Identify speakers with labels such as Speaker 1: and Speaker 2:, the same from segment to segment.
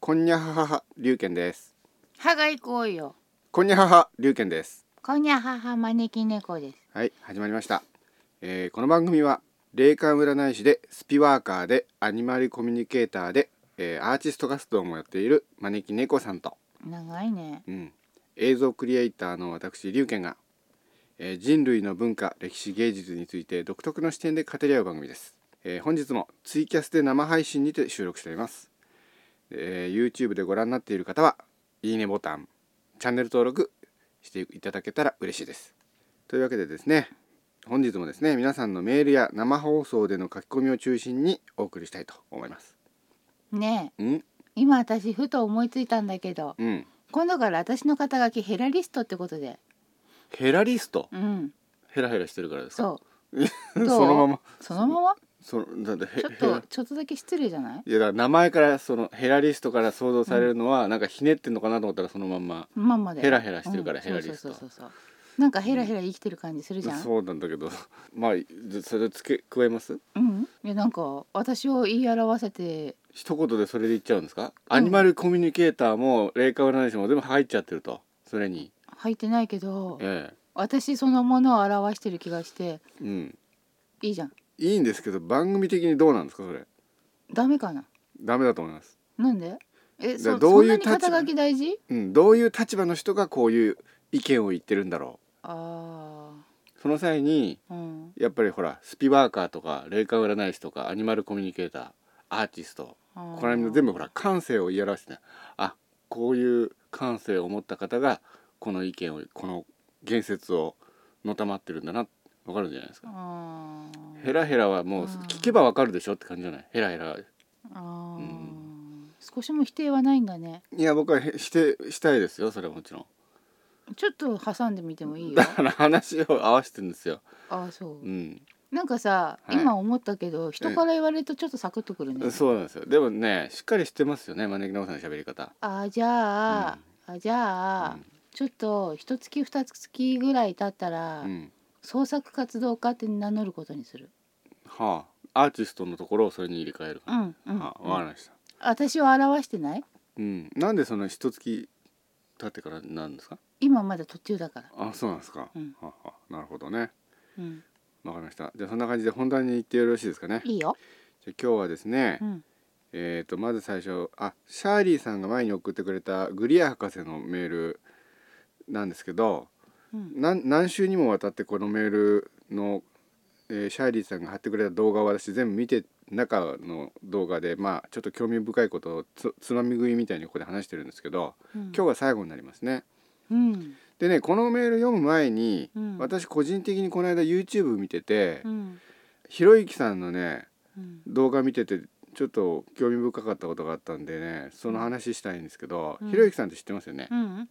Speaker 1: こんにゃははは龍拳です
Speaker 2: 歯が行こうよ。
Speaker 1: こんにゃはは龍拳です
Speaker 2: こんにゃはは招き猫です。
Speaker 1: はい始まりました、えー、この番組は霊感占い師でスピワーカーでアニマルコミュニケーターで、えー、アーティスト活動もやっている招き猫さんと、
Speaker 2: 長いね。
Speaker 1: うん、映像クリエイターの私龍拳が、えー、人類の文化歴史芸術について独特の視点で語り合う番組です、えー、本日もツイキャスで生配信にて収録しています、えー、YouTube でご覧になっている方はいいねボタンチャンネル登録していただけたら嬉しいですというわけでですね本日もですね皆さんのメールや生放送での書き込みを中心にお送りしたいと思います
Speaker 2: ねえ、
Speaker 1: うん
Speaker 2: 今私ふと思いついたんだけど、
Speaker 1: うん
Speaker 2: 今度から私の肩書きヘラリストってことで。
Speaker 1: ヘラリスト
Speaker 2: うん、
Speaker 1: ヘラヘラしてるからで
Speaker 2: そ うう。どう
Speaker 1: そのまま
Speaker 2: そのまま？
Speaker 1: そのだってへ
Speaker 2: ちょっ
Speaker 1: ヘラ
Speaker 2: とちょっとだけ失礼じゃない？
Speaker 1: いやだから名前からそのヘラリストから想像されるのはなんかひねってんのかなと思ったらそのまんま、
Speaker 2: まんまで。
Speaker 1: ヘラヘラしてるから
Speaker 2: うん
Speaker 1: ヘラリスト
Speaker 2: そうそうそうそう。なんかヘラヘラ生きてる感じするじゃん。
Speaker 1: そうなんだけど まあじそれつけ加えます
Speaker 2: うん。いやなんか私を言い表せて、
Speaker 1: 一言でそれで言っちゃうんですか、アニマルコミュニケーターも霊感占い師も全部入っちゃってるとそれに
Speaker 2: 入ってないけど、
Speaker 1: ええ
Speaker 2: 私そのものを表してる気がして
Speaker 1: うん
Speaker 2: いいじゃん。
Speaker 1: いいんですけど番組的にどうなんですかそれ
Speaker 2: ダメかな？
Speaker 1: ダメだと思います
Speaker 2: なんで？え、
Speaker 1: だからど
Speaker 2: そど
Speaker 1: う
Speaker 2: う
Speaker 1: い
Speaker 2: いううそんなに肩書き大事？
Speaker 1: うんどういう立場の人がこういう意見を言ってるんだろ
Speaker 2: あ
Speaker 1: うその際に
Speaker 2: あ、うん、
Speaker 1: やっぱりほらスピワーカーとか霊感占い師とかアニマルコミュニケーターアーティスト
Speaker 2: あー
Speaker 1: この辺の全部ほら感性を言い表してねあこういう感性を持った方がこの意見をこの言説をのたまってるんだなわかるんじゃないですか
Speaker 2: あー
Speaker 1: ヘラヘラはもう
Speaker 2: あー
Speaker 1: 聞けばわかるでしょって感じじゃないヘラヘラ
Speaker 2: あー、
Speaker 1: うん
Speaker 2: 少しも否定はないんだね。
Speaker 1: いや僕はへしてしたいですよそれはもちろ ん
Speaker 2: ちょっと挟んでみてもいいよ
Speaker 1: だ。から話を合わせてるんですよ
Speaker 2: ああ、そう
Speaker 1: う。ん、
Speaker 2: なんかさ、
Speaker 1: はい
Speaker 2: 今思ったけど、人から言われるとちょっとサクッとくるね。
Speaker 1: そうなんですよでもねしっかりしてますよね招き直さんの喋り方
Speaker 2: ああ、じゃあ、あじゃあ、
Speaker 1: うん
Speaker 2: ちょっと一月二月ぐらい経ったら、
Speaker 1: うん
Speaker 2: 創作活動家って名乗ることにする。
Speaker 1: はあアーティストのところをそれに入れ替える
Speaker 2: う、ん、うん、
Speaker 1: はあ、わかりました
Speaker 2: 私を表してない？
Speaker 1: うん、なんでその一月経ってからなんですか。
Speaker 2: 今まだ途中だから。
Speaker 1: あ、そうなんですか。
Speaker 2: うん
Speaker 1: はあはあなるほどね。
Speaker 2: うん、
Speaker 1: わかりました。じゃあそんな感じで本題に行ってよろしいですかね。
Speaker 2: いいよ。
Speaker 1: じゃあ今日はですね、
Speaker 2: うん、
Speaker 1: えっ、とまず最初、あ、シャーリーさんが前に送ってくれたグリア博士のメールなんですけど、
Speaker 2: うん、
Speaker 1: なん何週にもわたってこのメールの、えーシャーリーさんが貼ってくれた動画を私全部見て中の動画でまあちょっと興味深いことをつつまみ食いみたいにここで話してるんですけど、
Speaker 2: 今
Speaker 1: 今日が最後になりますね。
Speaker 2: うん、
Speaker 1: でねこのメール読む前に、
Speaker 2: うん
Speaker 1: 私個人的にこの間 YouTube 見てて、
Speaker 2: うん、
Speaker 1: ひろゆきさんのね
Speaker 2: うん、
Speaker 1: 動画見ててちょっと興味深かったことがあったんでねその話したいんですけど、
Speaker 2: うん
Speaker 1: ひろゆきさんって知ってますよね、
Speaker 2: うん、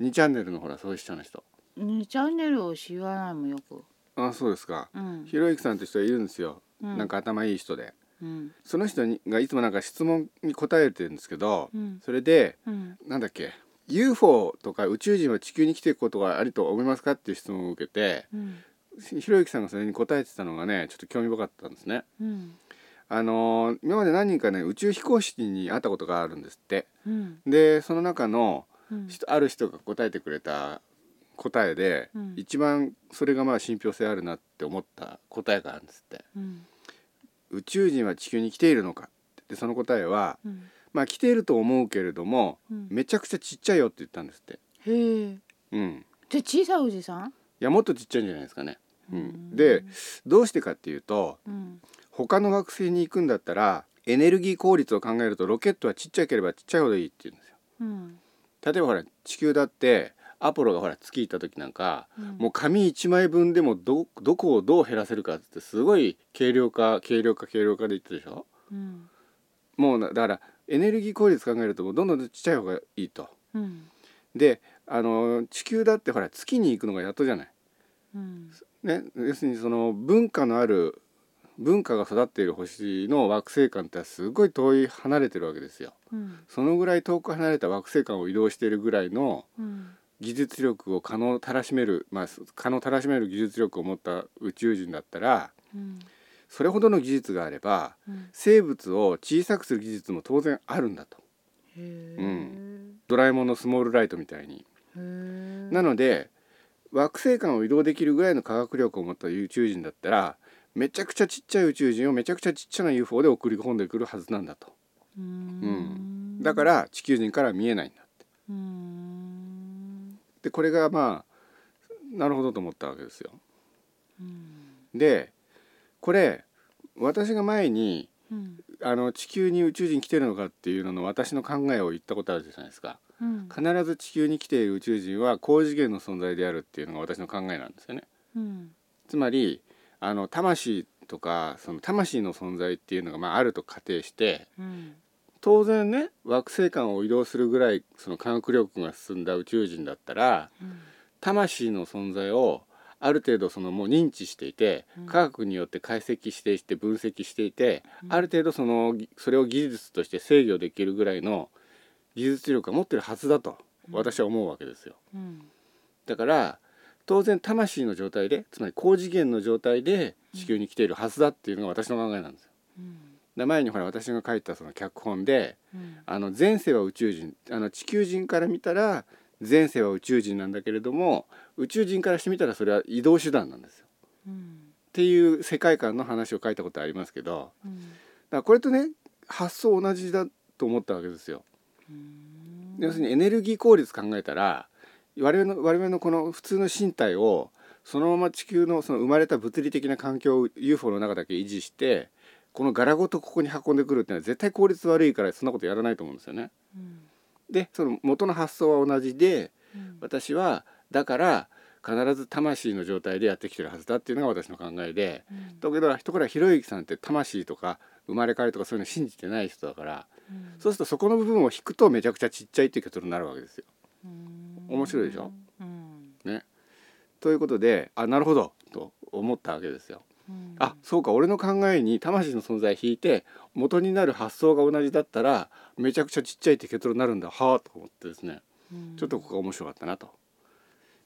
Speaker 1: 2チャンネルのほら創始者の人
Speaker 2: 二チャンネルを知らないもんよく。
Speaker 1: あそうですか、
Speaker 2: うん、
Speaker 1: ひろゆきさんって人がいるんですよ、
Speaker 2: うん
Speaker 1: なんか頭いい人で
Speaker 2: うん、
Speaker 1: その人にがいつもなんか質問に答えてるんですけど、
Speaker 2: うん、
Speaker 1: それで
Speaker 2: うん、
Speaker 1: なんだっけ UFO とか宇宙人は地球に来ていくことがあると思いますかっていう質問を受けて、
Speaker 2: うん、
Speaker 1: ひろゆきさんがそれに答えてたのがねちょっと興味深かったんですね。
Speaker 2: うん、
Speaker 1: あのー今まで何人かね宇宙飛行士に会ったことがあるんですって
Speaker 2: うん、
Speaker 1: でその中の
Speaker 2: うん、
Speaker 1: 人ある人が答えてくれた答えで、
Speaker 2: うん
Speaker 1: 一番それがまあ信憑性あるなって思った答えがあるんですって
Speaker 2: うん、
Speaker 1: 宇宙人は地球に来ているのかってでその答えは
Speaker 2: うん、
Speaker 1: まあ来ていると思うけれども
Speaker 2: うん、
Speaker 1: めちゃくちゃちっちゃいよって言ったんですって
Speaker 2: へえ。
Speaker 1: うん
Speaker 2: じゃあ小さいおじさん？
Speaker 1: いやもっとちっちゃいんじゃないですかね、う、
Speaker 2: うんん
Speaker 1: でどうしてかっていうと
Speaker 2: うん、
Speaker 1: 他の惑星に行くんだったらエネルギー効率を考えるとロケットはちっちゃければちっちゃいほどいいって言うんですよ
Speaker 2: うん、
Speaker 1: 例えばほら地球だってアポロがほら月行った時なんか
Speaker 2: うん、
Speaker 1: もう紙1枚分でもどどこをどう減らせるかってすごい軽量化軽量化軽量化で言ってたでしょ
Speaker 2: うん、
Speaker 1: もうなだからエネルギー効率考えるともうどんどんちっちゃい方がいいと
Speaker 2: うん、
Speaker 1: であの地球だってほら月に行くのがやっとじゃない
Speaker 2: うん、
Speaker 1: ね、要するにその文化のある文化が育っている星の惑星間ってすごい遠い離れてるわけですよ。
Speaker 2: うん、
Speaker 1: そのぐらい遠く離れた惑星間を移動しているぐらいの
Speaker 2: うん、
Speaker 1: 技術力を可能たらしめる、まあ、可能たらしめる技術力を持った宇宙人だったら
Speaker 2: うん、
Speaker 1: それほどの技術があれば
Speaker 2: うん、
Speaker 1: 生物を小さくする技術も当然あるんだと。
Speaker 2: へへえ、
Speaker 1: うんドラえもんのスモールライトみたいに
Speaker 2: へえ
Speaker 1: なので惑星間を移動できるぐらいの科学力を持った宇宙人だったらめちゃくちゃちっちゃい宇宙人をめちゃくちゃちっちゃな UFO で送り込んでくるはずなんだと
Speaker 2: うー
Speaker 1: うんだからら地球人から見えないんだって
Speaker 2: うーん
Speaker 1: でこれがまあなるほどと思ったわけですよ
Speaker 2: うん
Speaker 1: でこれ私が前に
Speaker 2: うん
Speaker 1: あの地球に宇宙人来てるのかっていうのの私の考えを言ったことあるじゃないですか
Speaker 2: うん
Speaker 1: 必ず地球に来ている宇宙人は高次元の存在であるっていうのが私の考えなんですよね
Speaker 2: うん
Speaker 1: つまりあの魂とかその魂の存在っていうのがまああると仮定して
Speaker 2: うん
Speaker 1: 当然ね惑星間を移動するぐらいその科学力が進んだ宇宙人だったら
Speaker 2: うん
Speaker 1: 魂の存在をある程度そのもう認知していて
Speaker 2: うん
Speaker 1: 科学によって解析してして分析していて
Speaker 2: うん
Speaker 1: ある程度そのぎそれを技術として制御できるぐらいの技術力を持ってるはずだと私は思うわけですよ。
Speaker 2: うん
Speaker 1: だから当然魂の状態でつまり高次元の状態で地球に来ているはずだっていうのが私の考えなんですよ。
Speaker 2: うん
Speaker 1: で前にほら私が書いたその脚本で
Speaker 2: うん
Speaker 1: あの前世は宇宙人あの地球人から見たら前世は宇宙人なんだけれども宇宙人からしてみたらそれは移動手段なんですよ。
Speaker 2: うん
Speaker 1: っていう世界観の話を書いたことありますけど
Speaker 2: うん
Speaker 1: だからこれとね発想同じだと思ったわけですよ。
Speaker 2: うん
Speaker 1: 要するにエネルギー効率考えたら我々の我々のこの普通の身体をそのまま地球のその生まれた物理的な環境を UFO の中だけ維持してこの柄ごとここに運んでくるっていうのは絶対効率悪いからそんなことやらないと思うんですよね。
Speaker 2: うん
Speaker 1: でその元の発想は同じで
Speaker 2: うん
Speaker 1: 私はだから必ず魂の状態でやってきてるはずだっていうのが私の考えで
Speaker 2: うん
Speaker 1: だけど人からひろゆきさんって魂とか生まれ変わりとかそういうの信じてない人だから
Speaker 2: うん
Speaker 1: そうするとそこの部分を引くとめちゃくちゃちっちゃいっていう結論になるわけですよ。
Speaker 2: うん
Speaker 1: 面白いでしょ
Speaker 2: うん
Speaker 1: ということであなるほどと思ったわけですよ。
Speaker 2: うん
Speaker 1: あそうか俺の考えに魂の存在引いて元になる発想が同じだったらめちゃくちゃちっちゃいって結論になるんだはあと思ってですね
Speaker 2: うん
Speaker 1: ちょっとここが面白かったなと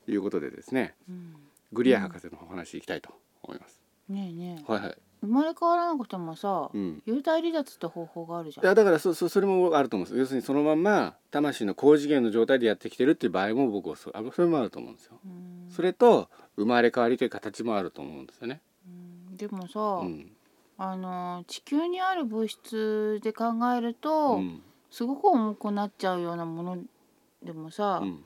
Speaker 1: いうことでですね
Speaker 2: うん
Speaker 1: グリア博士のお話いきたいと思います。
Speaker 2: ねえねえ
Speaker 1: はいはい
Speaker 2: 生まれ変わらなくてもさ
Speaker 1: うん、
Speaker 2: 幽体離脱って方法があるじ
Speaker 1: い
Speaker 2: ゃん
Speaker 1: やだからそそそれもあると思うんです要するにそのまんま魂の高次元の状態でやってきてるっていう場合も僕はそあそれもあると思うんですよ。
Speaker 2: うん
Speaker 1: それと生まれ変わりという形もあると思うんですよね。
Speaker 2: うんでもさ、
Speaker 1: うん
Speaker 2: あの地球にある物質で考えると、
Speaker 1: うん
Speaker 2: すごく重くなっちゃうようなものでもさ、
Speaker 1: うん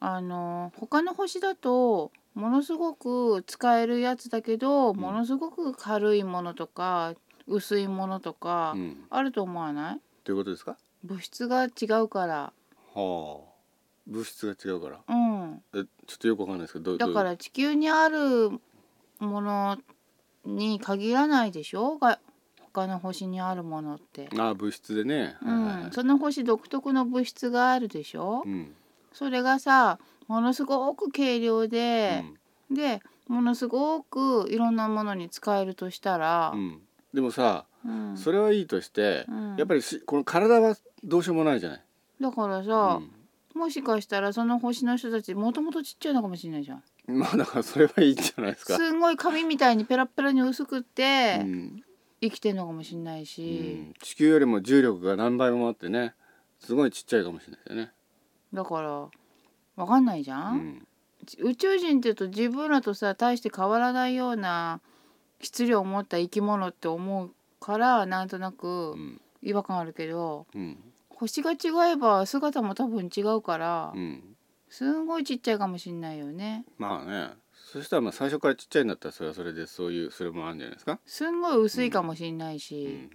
Speaker 2: あの他の星だとものすごく使えるやつだけど、ものすごく軽いものとか薄いものとか、
Speaker 1: うん
Speaker 2: あると思わない
Speaker 1: ということですか
Speaker 2: 物質が違うから、
Speaker 1: はあ物質が違うから
Speaker 2: うん、
Speaker 1: えちょっとよくわかんないですけどどう
Speaker 2: だか
Speaker 1: どう
Speaker 2: ら地球にあるものに限らないでしょが他の星にあるものって。
Speaker 1: ああ物質でね
Speaker 2: う
Speaker 1: はいはいは
Speaker 2: ん
Speaker 1: い、
Speaker 2: その星独特の物質があるでしょ、
Speaker 1: うん
Speaker 2: それがさものすごく軽量で、でものすごくいろんなものに使えるとしたら
Speaker 1: う、んでもさ
Speaker 2: うん
Speaker 1: それはいいとして
Speaker 2: うん
Speaker 1: やっぱりしこの体はどうしようもないじゃない
Speaker 2: だから
Speaker 1: う
Speaker 2: さ、
Speaker 1: ん
Speaker 2: もしかしたらその星の人たちもともとちっちゃいのかもしれないじゃん。
Speaker 1: まあだからそれはいいんじゃないですか
Speaker 2: すんごい紙みたいにペラッペラに薄くって
Speaker 1: うん
Speaker 2: 生きてんのかもしれないうし、
Speaker 1: ん地球よりも重力が何倍もあってねすごいちっちゃいかもしれないですよね
Speaker 2: だからわかんないじゃ、
Speaker 1: うんん
Speaker 2: 宇宙人って言うと自分らとさ大して変わらないような質量を持った生き物って思うからなんとな
Speaker 1: う
Speaker 2: く
Speaker 1: ん
Speaker 2: 違和感あるけど
Speaker 1: うん
Speaker 2: 星が違えば姿も多分違うから
Speaker 1: うん
Speaker 2: すんごいちっちゃいかもしんないよね
Speaker 1: まあねそしたらまあ最初からちっちゃいんだったらそれはそれでそういうそれもあるんじゃないですか
Speaker 2: すんごい薄いかもしんないし、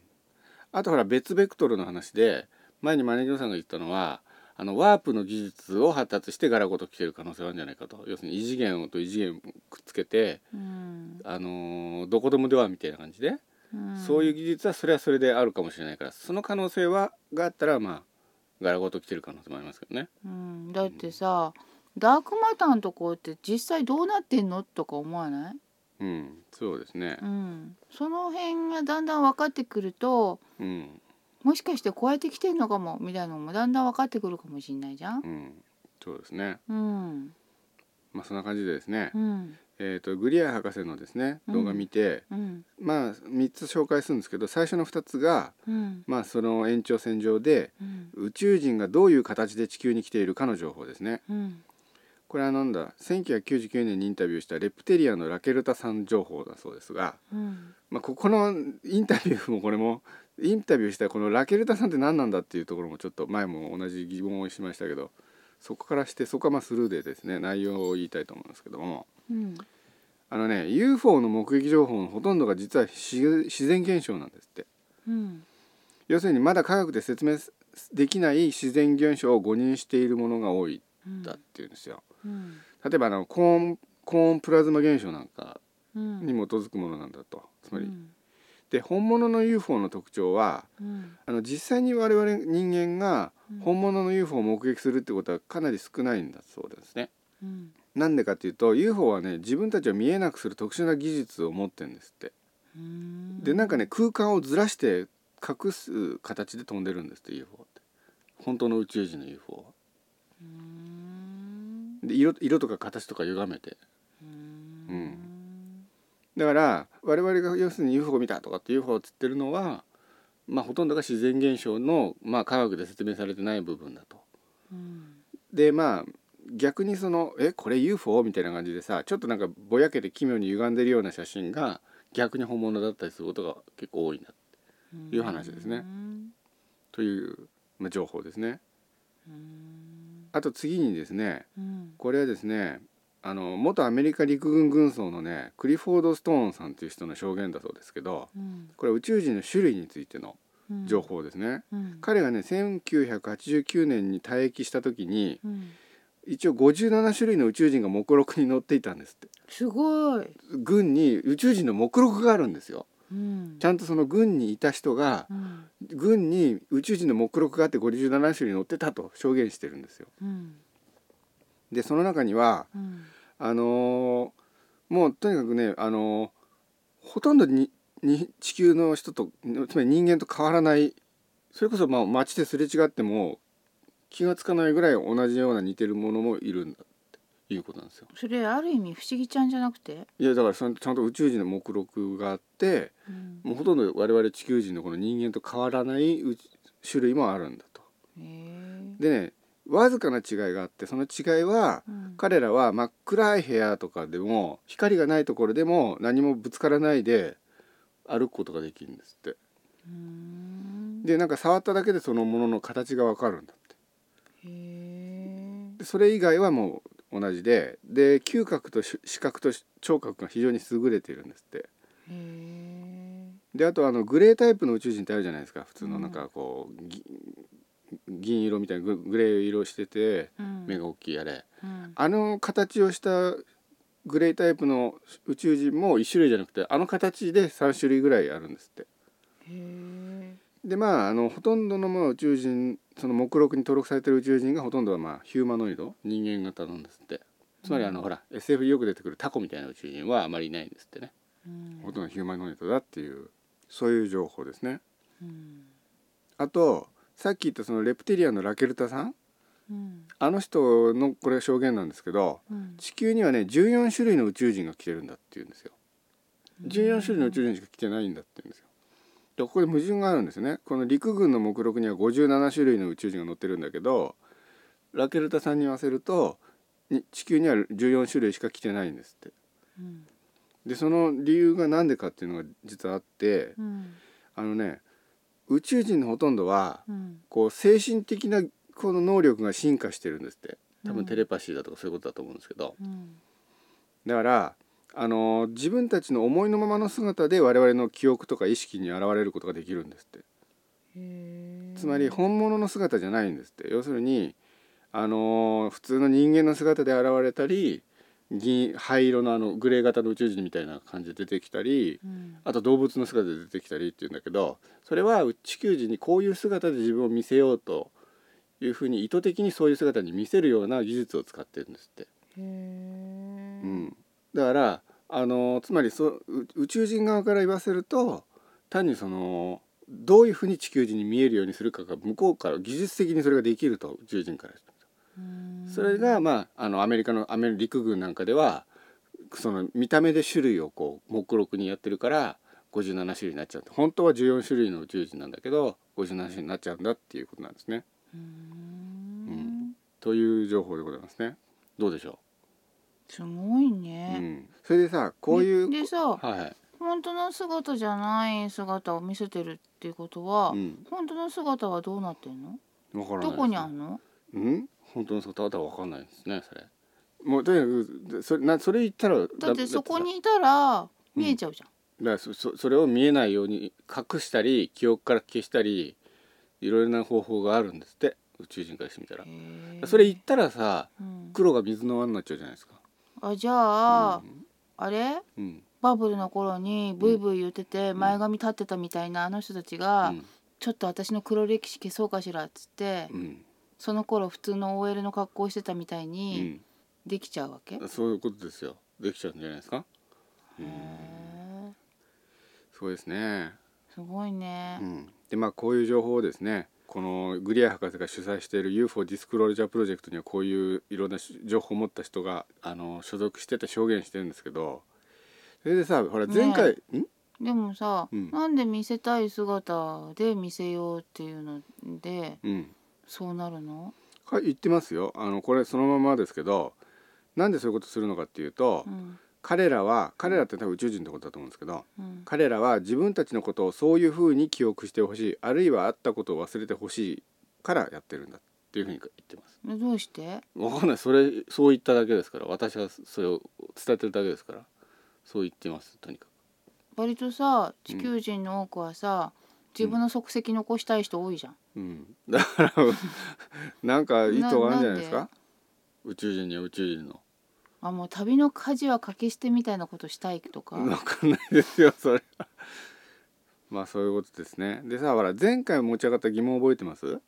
Speaker 1: あとほら別ベクトルの話で前にマネージャーさんが言ったのはあのワープの技術を発達して柄ごと来てる可能性があるんじゃないかと要するに異次元と異次元くっつけて、
Speaker 2: うん
Speaker 1: あのーどこでもドアみたいな感じで、
Speaker 2: うん
Speaker 1: そういう技術はそれはそれであるかもしれないからその可能性はがあったらまあ柄ごと来てる可能性もありますけどね。
Speaker 2: うん、だってさダークマターのとこって実際どうなってんのとか思わない、
Speaker 1: うん、そうですね
Speaker 2: う。ん、その辺がだんだん分かってくると
Speaker 1: うん、
Speaker 2: もしかしてこうやって来てんのかもみたいなのもだんだん分かってくるかもしれないじゃん。
Speaker 1: うん、そうですね。
Speaker 2: うん、
Speaker 1: まあそんな感じでですね
Speaker 2: う。ん、
Speaker 1: えー、とグリア博士のですね動画見て、
Speaker 2: うん
Speaker 1: まあ3つ紹介するんですけど最初の2つが、
Speaker 2: うん
Speaker 1: まあ、その延長線上で
Speaker 2: うん
Speaker 1: 宇宙人がどういう形で地球に来ているかの情報ですね。
Speaker 2: うん
Speaker 1: これはなんだ1999年にインタビューしたレプテリアのラケルタさん情報だそうですが、
Speaker 2: うん
Speaker 1: まあ、ここのインタビューもこれもインタビューしたこのラケルタさんって何なんだっていうところもちょっと前も同じ疑問をしましたけどそこからしてそこはまあスルーでですね内容を言いたいと思うんですけども
Speaker 2: うん
Speaker 1: あのね UFO の目撃情報のほとんどが実は自自然現象なんですって
Speaker 2: うん
Speaker 1: 要するにまだ科学で説明できない自然現象を誤認しているものが多いんだっていうんですよ。
Speaker 2: うん
Speaker 1: 例えばあのコーンコーンプラズマ現象なんか
Speaker 2: うん
Speaker 1: に基づくものなんだとつまり、
Speaker 2: うん
Speaker 1: で本物の UFO の特徴は
Speaker 2: うん
Speaker 1: あの実際に我々人間が
Speaker 2: うん
Speaker 1: 本物の UFO を目撃するってことはかなり少ないんだそうですね。
Speaker 2: うん
Speaker 1: なんでかっていうと UFO はね自分たちを見えなくする特殊な技術を持ってるんですって。
Speaker 2: うん
Speaker 1: でなんかね空間をずらして隠す形で飛んでるんですって UFO って本当の宇宙人の UFO は。
Speaker 2: うん
Speaker 1: で色色とか形とか歪めて
Speaker 2: うん
Speaker 1: だから我々が要するに UFO を見たとかって UFO をつってるのは、まあ、ほとんどが自然現象の、まあ、科学で説明されてない部分だと。
Speaker 2: うん
Speaker 1: でまあ逆にその「えこれ UFO?」みたいな感じでさちょっとなんかぼやけて奇妙に歪んでるような写真が逆に本物だったりすることが結構多いんだいう話ですね
Speaker 2: うん
Speaker 1: という、まあ、情報ですね。
Speaker 2: うん
Speaker 1: あと次にですね
Speaker 2: うん
Speaker 1: これはですねあの元アメリカ陸軍軍曹のねクリフォード・ストーンさんという人の証言だそうですけど
Speaker 2: うん
Speaker 1: これは宇宙人の種類についての
Speaker 2: うん
Speaker 1: 情報ですね。
Speaker 2: うん
Speaker 1: 彼がね1989年に退役した時に
Speaker 2: うん
Speaker 1: 一応57種類の宇宙人が目録に載っていたんですって
Speaker 2: すごい
Speaker 1: 軍に宇宙人の目録があるんですよ
Speaker 2: うん
Speaker 1: ちゃんとその軍にいた人が
Speaker 2: うん
Speaker 1: 軍に宇宙人の目録があって57種類載ってたと証言してるんですよ
Speaker 2: うん
Speaker 1: でその中には
Speaker 2: うん
Speaker 1: あのーもうとにかくねあのーほとんどにに地球の人とつまり人間と変わらないそれこそまあ街ですれ違っても気が付かないぐらい同じような似てるものもいるんだっていうことなんですよ。
Speaker 2: それある意味不思議ちゃんじゃなくて
Speaker 1: いやだからそのちゃんと宇宙人の目録があって
Speaker 2: うん
Speaker 1: もうほとんど我々地球人のこの人間と変わらない宇宙種類もあるんだと。
Speaker 2: へえ
Speaker 1: でねわずかな違いがあってその違いは
Speaker 2: うん
Speaker 1: 彼らは真っ暗い部屋とかでも光がないところでも何もぶつからないで歩くことができるんですって
Speaker 2: うん
Speaker 1: でなんか触っただけでそのものの形がわかるんだって
Speaker 2: へえ
Speaker 1: でそれ以外はもう同じでで嗅覚とし視覚とし聴覚が非常に優れているんですって
Speaker 2: へえ
Speaker 1: であとあのグレータイプの宇宙人ってあるじゃないですか普通のなんかこう、ぎ銀色みたいなググレー色してて
Speaker 2: うん
Speaker 1: 目が大きいあれ
Speaker 2: うん
Speaker 1: あの形をしたグレータイプの宇宙人も1種類じゃなくてあの形で3種類ぐらいあるんですって。
Speaker 2: へえ
Speaker 1: でまああのほとんどのまあ宇宙人その目録に登録されてる宇宙人がほとんどはまあヒューマノイド人間型なんですって。つまりあの、ほら SF によく出てくるタコみたいな宇宙人はあまりいないんですってね。
Speaker 2: うん
Speaker 1: ほとんどヒューマノイドだっていうそういう情報ですね。
Speaker 2: うん
Speaker 1: あとさっき言ったそのレプテリアのラケルタさん
Speaker 2: うん
Speaker 1: あの人のこれ証言なんですけど
Speaker 2: うん
Speaker 1: 地球にはね14種類の宇宙人が来てるんだっていうんですよ。14種類の宇宙人しか来てないんだって言うんですよ。でここで矛盾があるんですね。この陸軍の目録には57種類の宇宙人が載ってるんだけどラケルタさんに言わせるとに地球には14種類しか来てないんですって。
Speaker 2: うん
Speaker 1: でその理由が何でかっていうのが実はあって
Speaker 2: うん
Speaker 1: あのね宇宙人のほとんどは
Speaker 2: うん
Speaker 1: こう精神的なこの能力が進化してるんですって多
Speaker 2: う
Speaker 1: 分
Speaker 2: ん
Speaker 1: テレパシーだとかそういうことだと思うんですけど、
Speaker 2: うん
Speaker 1: だからあの自分たちの思いのままの姿で我々の記憶とか意識に現れることができるんですって
Speaker 2: へえ
Speaker 1: つまり本物の姿じゃないんですって要するにあの普通の人間の姿で現れたり銀灰色のあのグレー型の宇宙人みたいな感じで出てきたり
Speaker 2: うん
Speaker 1: あと動物の姿で出てきたりっていうんだけどそれは地球人にこういう姿で自分を見せようというふうに意図的にそういう姿に見せるような技術を使ってるんですって。
Speaker 2: へえ
Speaker 1: うん、だからあのつまりそうう宇宙人側から言わせると単にそのどういうふうに地球人に見えるようにするかが向こうから技術的にそれができると宇宙人からすると
Speaker 2: うん
Speaker 1: それがまああのアメリカのアメリ陸軍なんかではその見た目で種類をこう目録にやってるから57種類になっちゃうって本当は14種類の宇宙人なんだけど57種類になっちゃうんだっていうことなんですね。
Speaker 2: うー
Speaker 1: ん
Speaker 2: ん
Speaker 1: という情報でございますね。どうでしょ
Speaker 2: すごいう
Speaker 1: う
Speaker 2: ね。
Speaker 1: ん、それでさこういう、
Speaker 2: ででさ
Speaker 1: はいはい
Speaker 2: 本当の姿じゃない姿を見せてるっていうことは、
Speaker 1: うん、
Speaker 2: 本当の姿はどうなってんの
Speaker 1: わからないですね
Speaker 2: どこにあんの
Speaker 1: うん本当の姿はわかんないですねそれ。もうとにかくそれなそれ言ったらだ
Speaker 2: だってそこ
Speaker 1: だ
Speaker 2: にいたら見えちゃうじゃん、
Speaker 1: だからそそそれを見えないように隠したり記憶から消したりいろいろな方法があるんですって宇宙人からしてみたら。
Speaker 2: へー
Speaker 1: それ言ったらさ
Speaker 2: うん
Speaker 1: 黒が水の輪になっちゃうじゃないですか。
Speaker 2: あじゃあ、
Speaker 1: うん
Speaker 2: あれ
Speaker 1: うん
Speaker 2: バブルの頃にブイブイ言ってて前髪立ってたみたいなあの人たちが、
Speaker 1: うん
Speaker 2: ちょっと私の黒歴史消そうかしらっつって、
Speaker 1: うん
Speaker 2: その頃普通の OL の格好をしてたみたいうに
Speaker 1: ん
Speaker 2: できちゃうわけ、
Speaker 1: そういうことですよできちゃうんじゃないですか。うん
Speaker 2: へー
Speaker 1: そうですね。
Speaker 2: すごいね、
Speaker 1: うん、でまあこういう情報をですねこのグリア博士が主催している UFO ディスクロージャープロジェクトにはこういういろんな情報を持った人があの所属してて証言してるんですけどそれでさほら前回、ん
Speaker 2: でもさ、
Speaker 1: うん
Speaker 2: なんで見せたい姿で見せようっていうので
Speaker 1: うん
Speaker 2: そうなるの、
Speaker 1: か言ってますよあのこれそのままですけどなんでそういうことするのかっていうと、
Speaker 2: うん
Speaker 1: 彼らは彼らって多分宇宙人ってことだと思うんですけど
Speaker 2: うん
Speaker 1: 彼らは自分たちのことをそういうふうに記憶してほしいあるいはあったことを忘れてほしいからやってるんだっていうふうに言ってます。
Speaker 2: でどうして
Speaker 1: わかんないそれそう言っただけですから私はそれを伝えてるだけですからそう言ってますとにか
Speaker 2: 割とさ地球人の多くはさ、自分の足跡残したい人多いじゃん、
Speaker 1: く、うん、 だからなんか意図があるんじゃないです
Speaker 2: なな
Speaker 1: か宇宙人には宇宙人の
Speaker 2: あもう旅の舵は掛け捨てみたいなことしたいとか、
Speaker 1: わかんないですよそれはまあそういうことですねでさほら前回持ち上がった疑問覚えてます、
Speaker 2: うん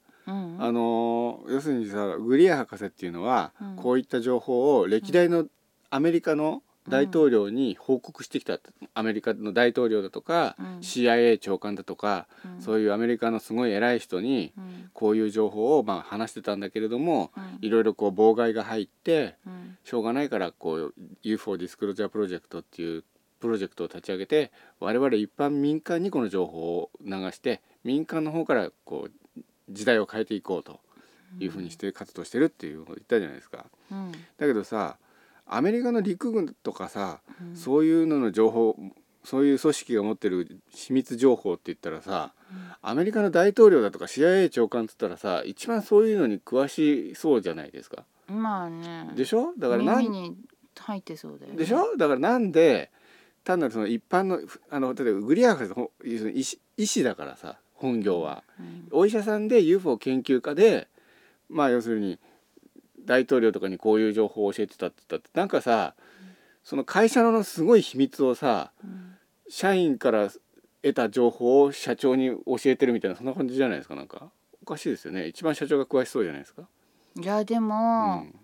Speaker 1: あのー要するにさグリア博士っていうのは、
Speaker 2: うん
Speaker 1: こういった情報を歴代のアメリカの大統領に報告してきたって、アメリカの大統領だとか、
Speaker 2: うん
Speaker 1: CIA 長官だとか、
Speaker 2: うん
Speaker 1: そういうアメリカのすごい偉い人に
Speaker 2: うん
Speaker 1: こういう情報をまあ話してたんだけれども
Speaker 2: うん
Speaker 1: いろいろこう妨害が入って
Speaker 2: うん
Speaker 1: しょうがないからこう UFO ディスクロージャープロジェクトっていうプロジェクトを立ち上げて我々一般民間にこの情報を流して民間の方からこう時代を変えていこうというふうにして活動してるっていうことを言ったじゃないですか。
Speaker 2: うん
Speaker 1: だけどさアメリカの陸軍とかさ
Speaker 2: うん
Speaker 1: そういうのの情報そういう組織が持ってる秘密情報って言ったらさアメリカの大統領だとか CIA 長官っつったらさ一番そういうのに詳しそうじゃないですか。
Speaker 2: まあね
Speaker 1: でしょだからな
Speaker 2: 耳
Speaker 1: ん
Speaker 2: に入ってそうだよね
Speaker 1: でしょだからなんで単なるその一般のふあの例えばグリア博士ほ要するに医師医師だからさ本業は。
Speaker 2: うん
Speaker 1: お医者さんで UFO 研究家でまあ要するに大統領とかにこういう情報を教えてたって言ったってなんかさその会社のすごい秘密をさ
Speaker 2: うん
Speaker 1: 社員から得た情報を社長に教えてるみたいなそんな感じじゃないですかなんかおかしいですよね一番社長が詳しそうじゃないですか。
Speaker 2: いやで
Speaker 1: う
Speaker 2: も、
Speaker 1: ん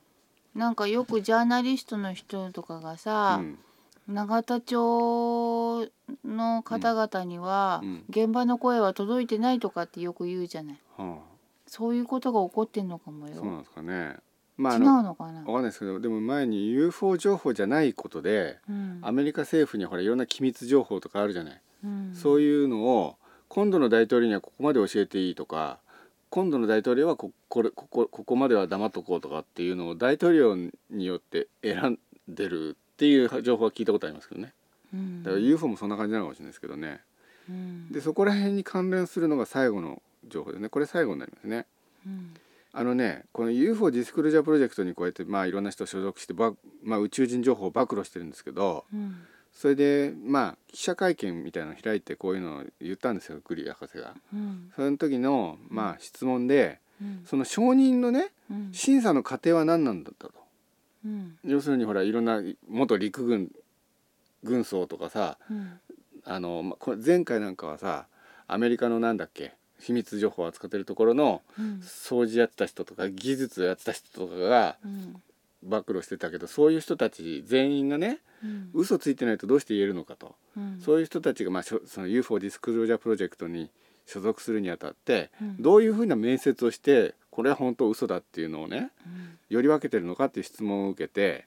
Speaker 2: なんかよくジャーナリストの人とかがさ、
Speaker 1: うん
Speaker 2: 永田町の方々には
Speaker 1: うんうん
Speaker 2: 現場の声は届いてないとかってよく言うじゃない
Speaker 1: は
Speaker 2: そういうことが起こってんのかも
Speaker 1: あ、
Speaker 2: よ
Speaker 1: そうなんですかね。まあ
Speaker 2: 違
Speaker 1: あ
Speaker 2: う
Speaker 1: のわ
Speaker 2: のかな
Speaker 1: かんないですけどでも前に UFO 情報じゃないことで
Speaker 2: うん
Speaker 1: アメリカ政府にはほらいろんな機密情報とかあるじゃない。
Speaker 2: うん
Speaker 1: そういうのを今度の大統領にはここまで教えていいとか今度の大統領はここれここここまでは黙っとこうとかっていうのを大統領によって選んでるっていう情報は聞いたことありますけどね
Speaker 2: うん
Speaker 1: だから UFO もそんな感じなのかもしれないですけどね
Speaker 2: うん
Speaker 1: でそこら辺に関連するのが最後の情報ですねこれ最後になりますね
Speaker 2: うん
Speaker 1: あのねこの UFO ディスクルジャープロジェクトにこうやってまあいろんな人所属してば、まあ、宇宙人情報を暴露してるんですけど
Speaker 2: うん
Speaker 1: それでまあ記者会見みたいなのを開いてこういうのを言ったんですよグリー博士が。
Speaker 2: うん
Speaker 1: その時のまあ質問で
Speaker 2: うん
Speaker 1: その証人のね
Speaker 2: うん
Speaker 1: 審査の過程は何なんだったと
Speaker 2: うん
Speaker 1: 要するにほらいろんな元陸軍軍曹とかさ
Speaker 2: うん
Speaker 1: あのまこれ前回なんかはさアメリカのなんだっけ秘密情報を扱ってるところの
Speaker 2: うん
Speaker 1: 掃除やってた人とか技術をやってた人とかが
Speaker 2: うん
Speaker 1: 暴露してたけどそういう人たち全員がね
Speaker 2: うん
Speaker 1: 嘘ついてないとどうして言えるのかと
Speaker 2: うん
Speaker 1: そういう人たちが、まあ、しょその UFO ディスクロージャープロジェクトに所属するにあたって、
Speaker 2: うん
Speaker 1: どういうふうな面接をしてこれは本当嘘だっていうのをね
Speaker 2: うん
Speaker 1: より分けてるのかっていう質問を受けて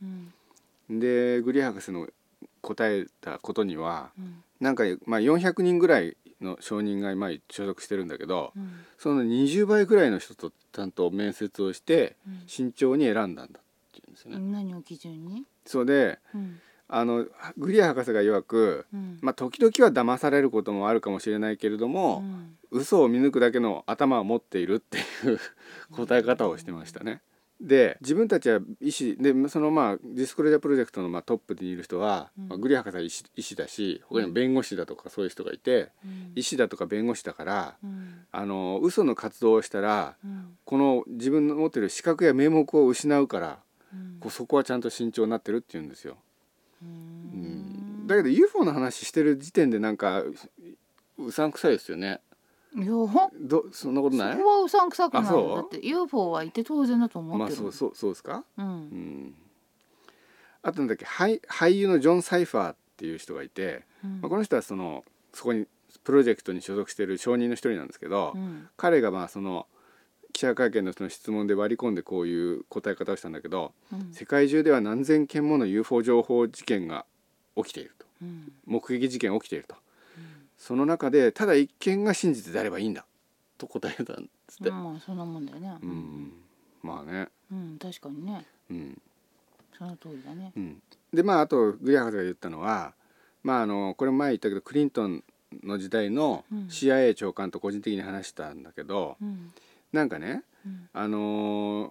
Speaker 2: うん
Speaker 1: でグリー博士の答えたことには
Speaker 2: うん
Speaker 1: なんか、まあ、400人ぐらいの証人が今所属してるんだけど
Speaker 2: うん
Speaker 1: その20倍ぐらいの人とちゃんと面接をして
Speaker 2: うん
Speaker 1: 慎重に選んだんだっていうんですよね。
Speaker 2: 何を基準に、
Speaker 1: それで
Speaker 2: うん
Speaker 1: あのグリア博士が曰く、
Speaker 2: うん
Speaker 1: まあ、時々は騙されることもあるかもしれないけれど
Speaker 2: う
Speaker 1: も、
Speaker 2: ん
Speaker 1: 嘘を見抜くだけの頭を持っているっていう答え方をしてましたね。で自分たちは医師でそのまあディスクレジャープロジェクトのまあトップにいる人は、
Speaker 2: うん
Speaker 1: まあグリア博士は医師医師だし他にも弁護士だとかそういう人がいて、
Speaker 2: うん
Speaker 1: 医師だとか弁護士だから
Speaker 2: うん
Speaker 1: あの嘘の活動をしたら
Speaker 2: うん
Speaker 1: この自分の持ってる資格や名目を失うから
Speaker 2: うん
Speaker 1: こうそこはちゃんと慎重になってるって言うんですよ。
Speaker 2: う
Speaker 1: うんんだけど UFO の話してる時点でなんかううさんくさいですよね。
Speaker 2: いやほん
Speaker 1: どそんなことない
Speaker 2: そ？こはうさんくさくない
Speaker 1: あそう
Speaker 2: よだって UFO はいて当然だと思
Speaker 1: ま
Speaker 2: っ
Speaker 1: あ
Speaker 2: てる、
Speaker 1: そうそうそうですか。
Speaker 2: う
Speaker 1: うんん。あとなんだっけ俳俳優のジョン・サイファーっていう人がいて、
Speaker 2: うん
Speaker 1: まあ、この人はそのそこにプロジェクトに所属してる証人の一人なんですけど、
Speaker 2: うん
Speaker 1: 彼がまあその記者会見のその質問で割り込んでこういう答え方をしたんだけど、
Speaker 2: うん
Speaker 1: 世界中では何千件もの UFO 情報事件が起きていると。
Speaker 2: うん
Speaker 1: 目撃事件起きていると、
Speaker 2: ん
Speaker 1: その中でただ一件が真実であればいいんだと答えたんですって、
Speaker 2: まあそんなもんだよね
Speaker 1: うんまあね、
Speaker 2: うん確かにね
Speaker 1: うん
Speaker 2: その通りだね
Speaker 1: うん、でまああとグリア博士が言ったのはまああのこれも前言ったけどクリントンの時代の
Speaker 2: うん
Speaker 1: CIA 長官と個人的に話したんだけど、
Speaker 2: うん
Speaker 1: なんかね
Speaker 2: うん
Speaker 1: あの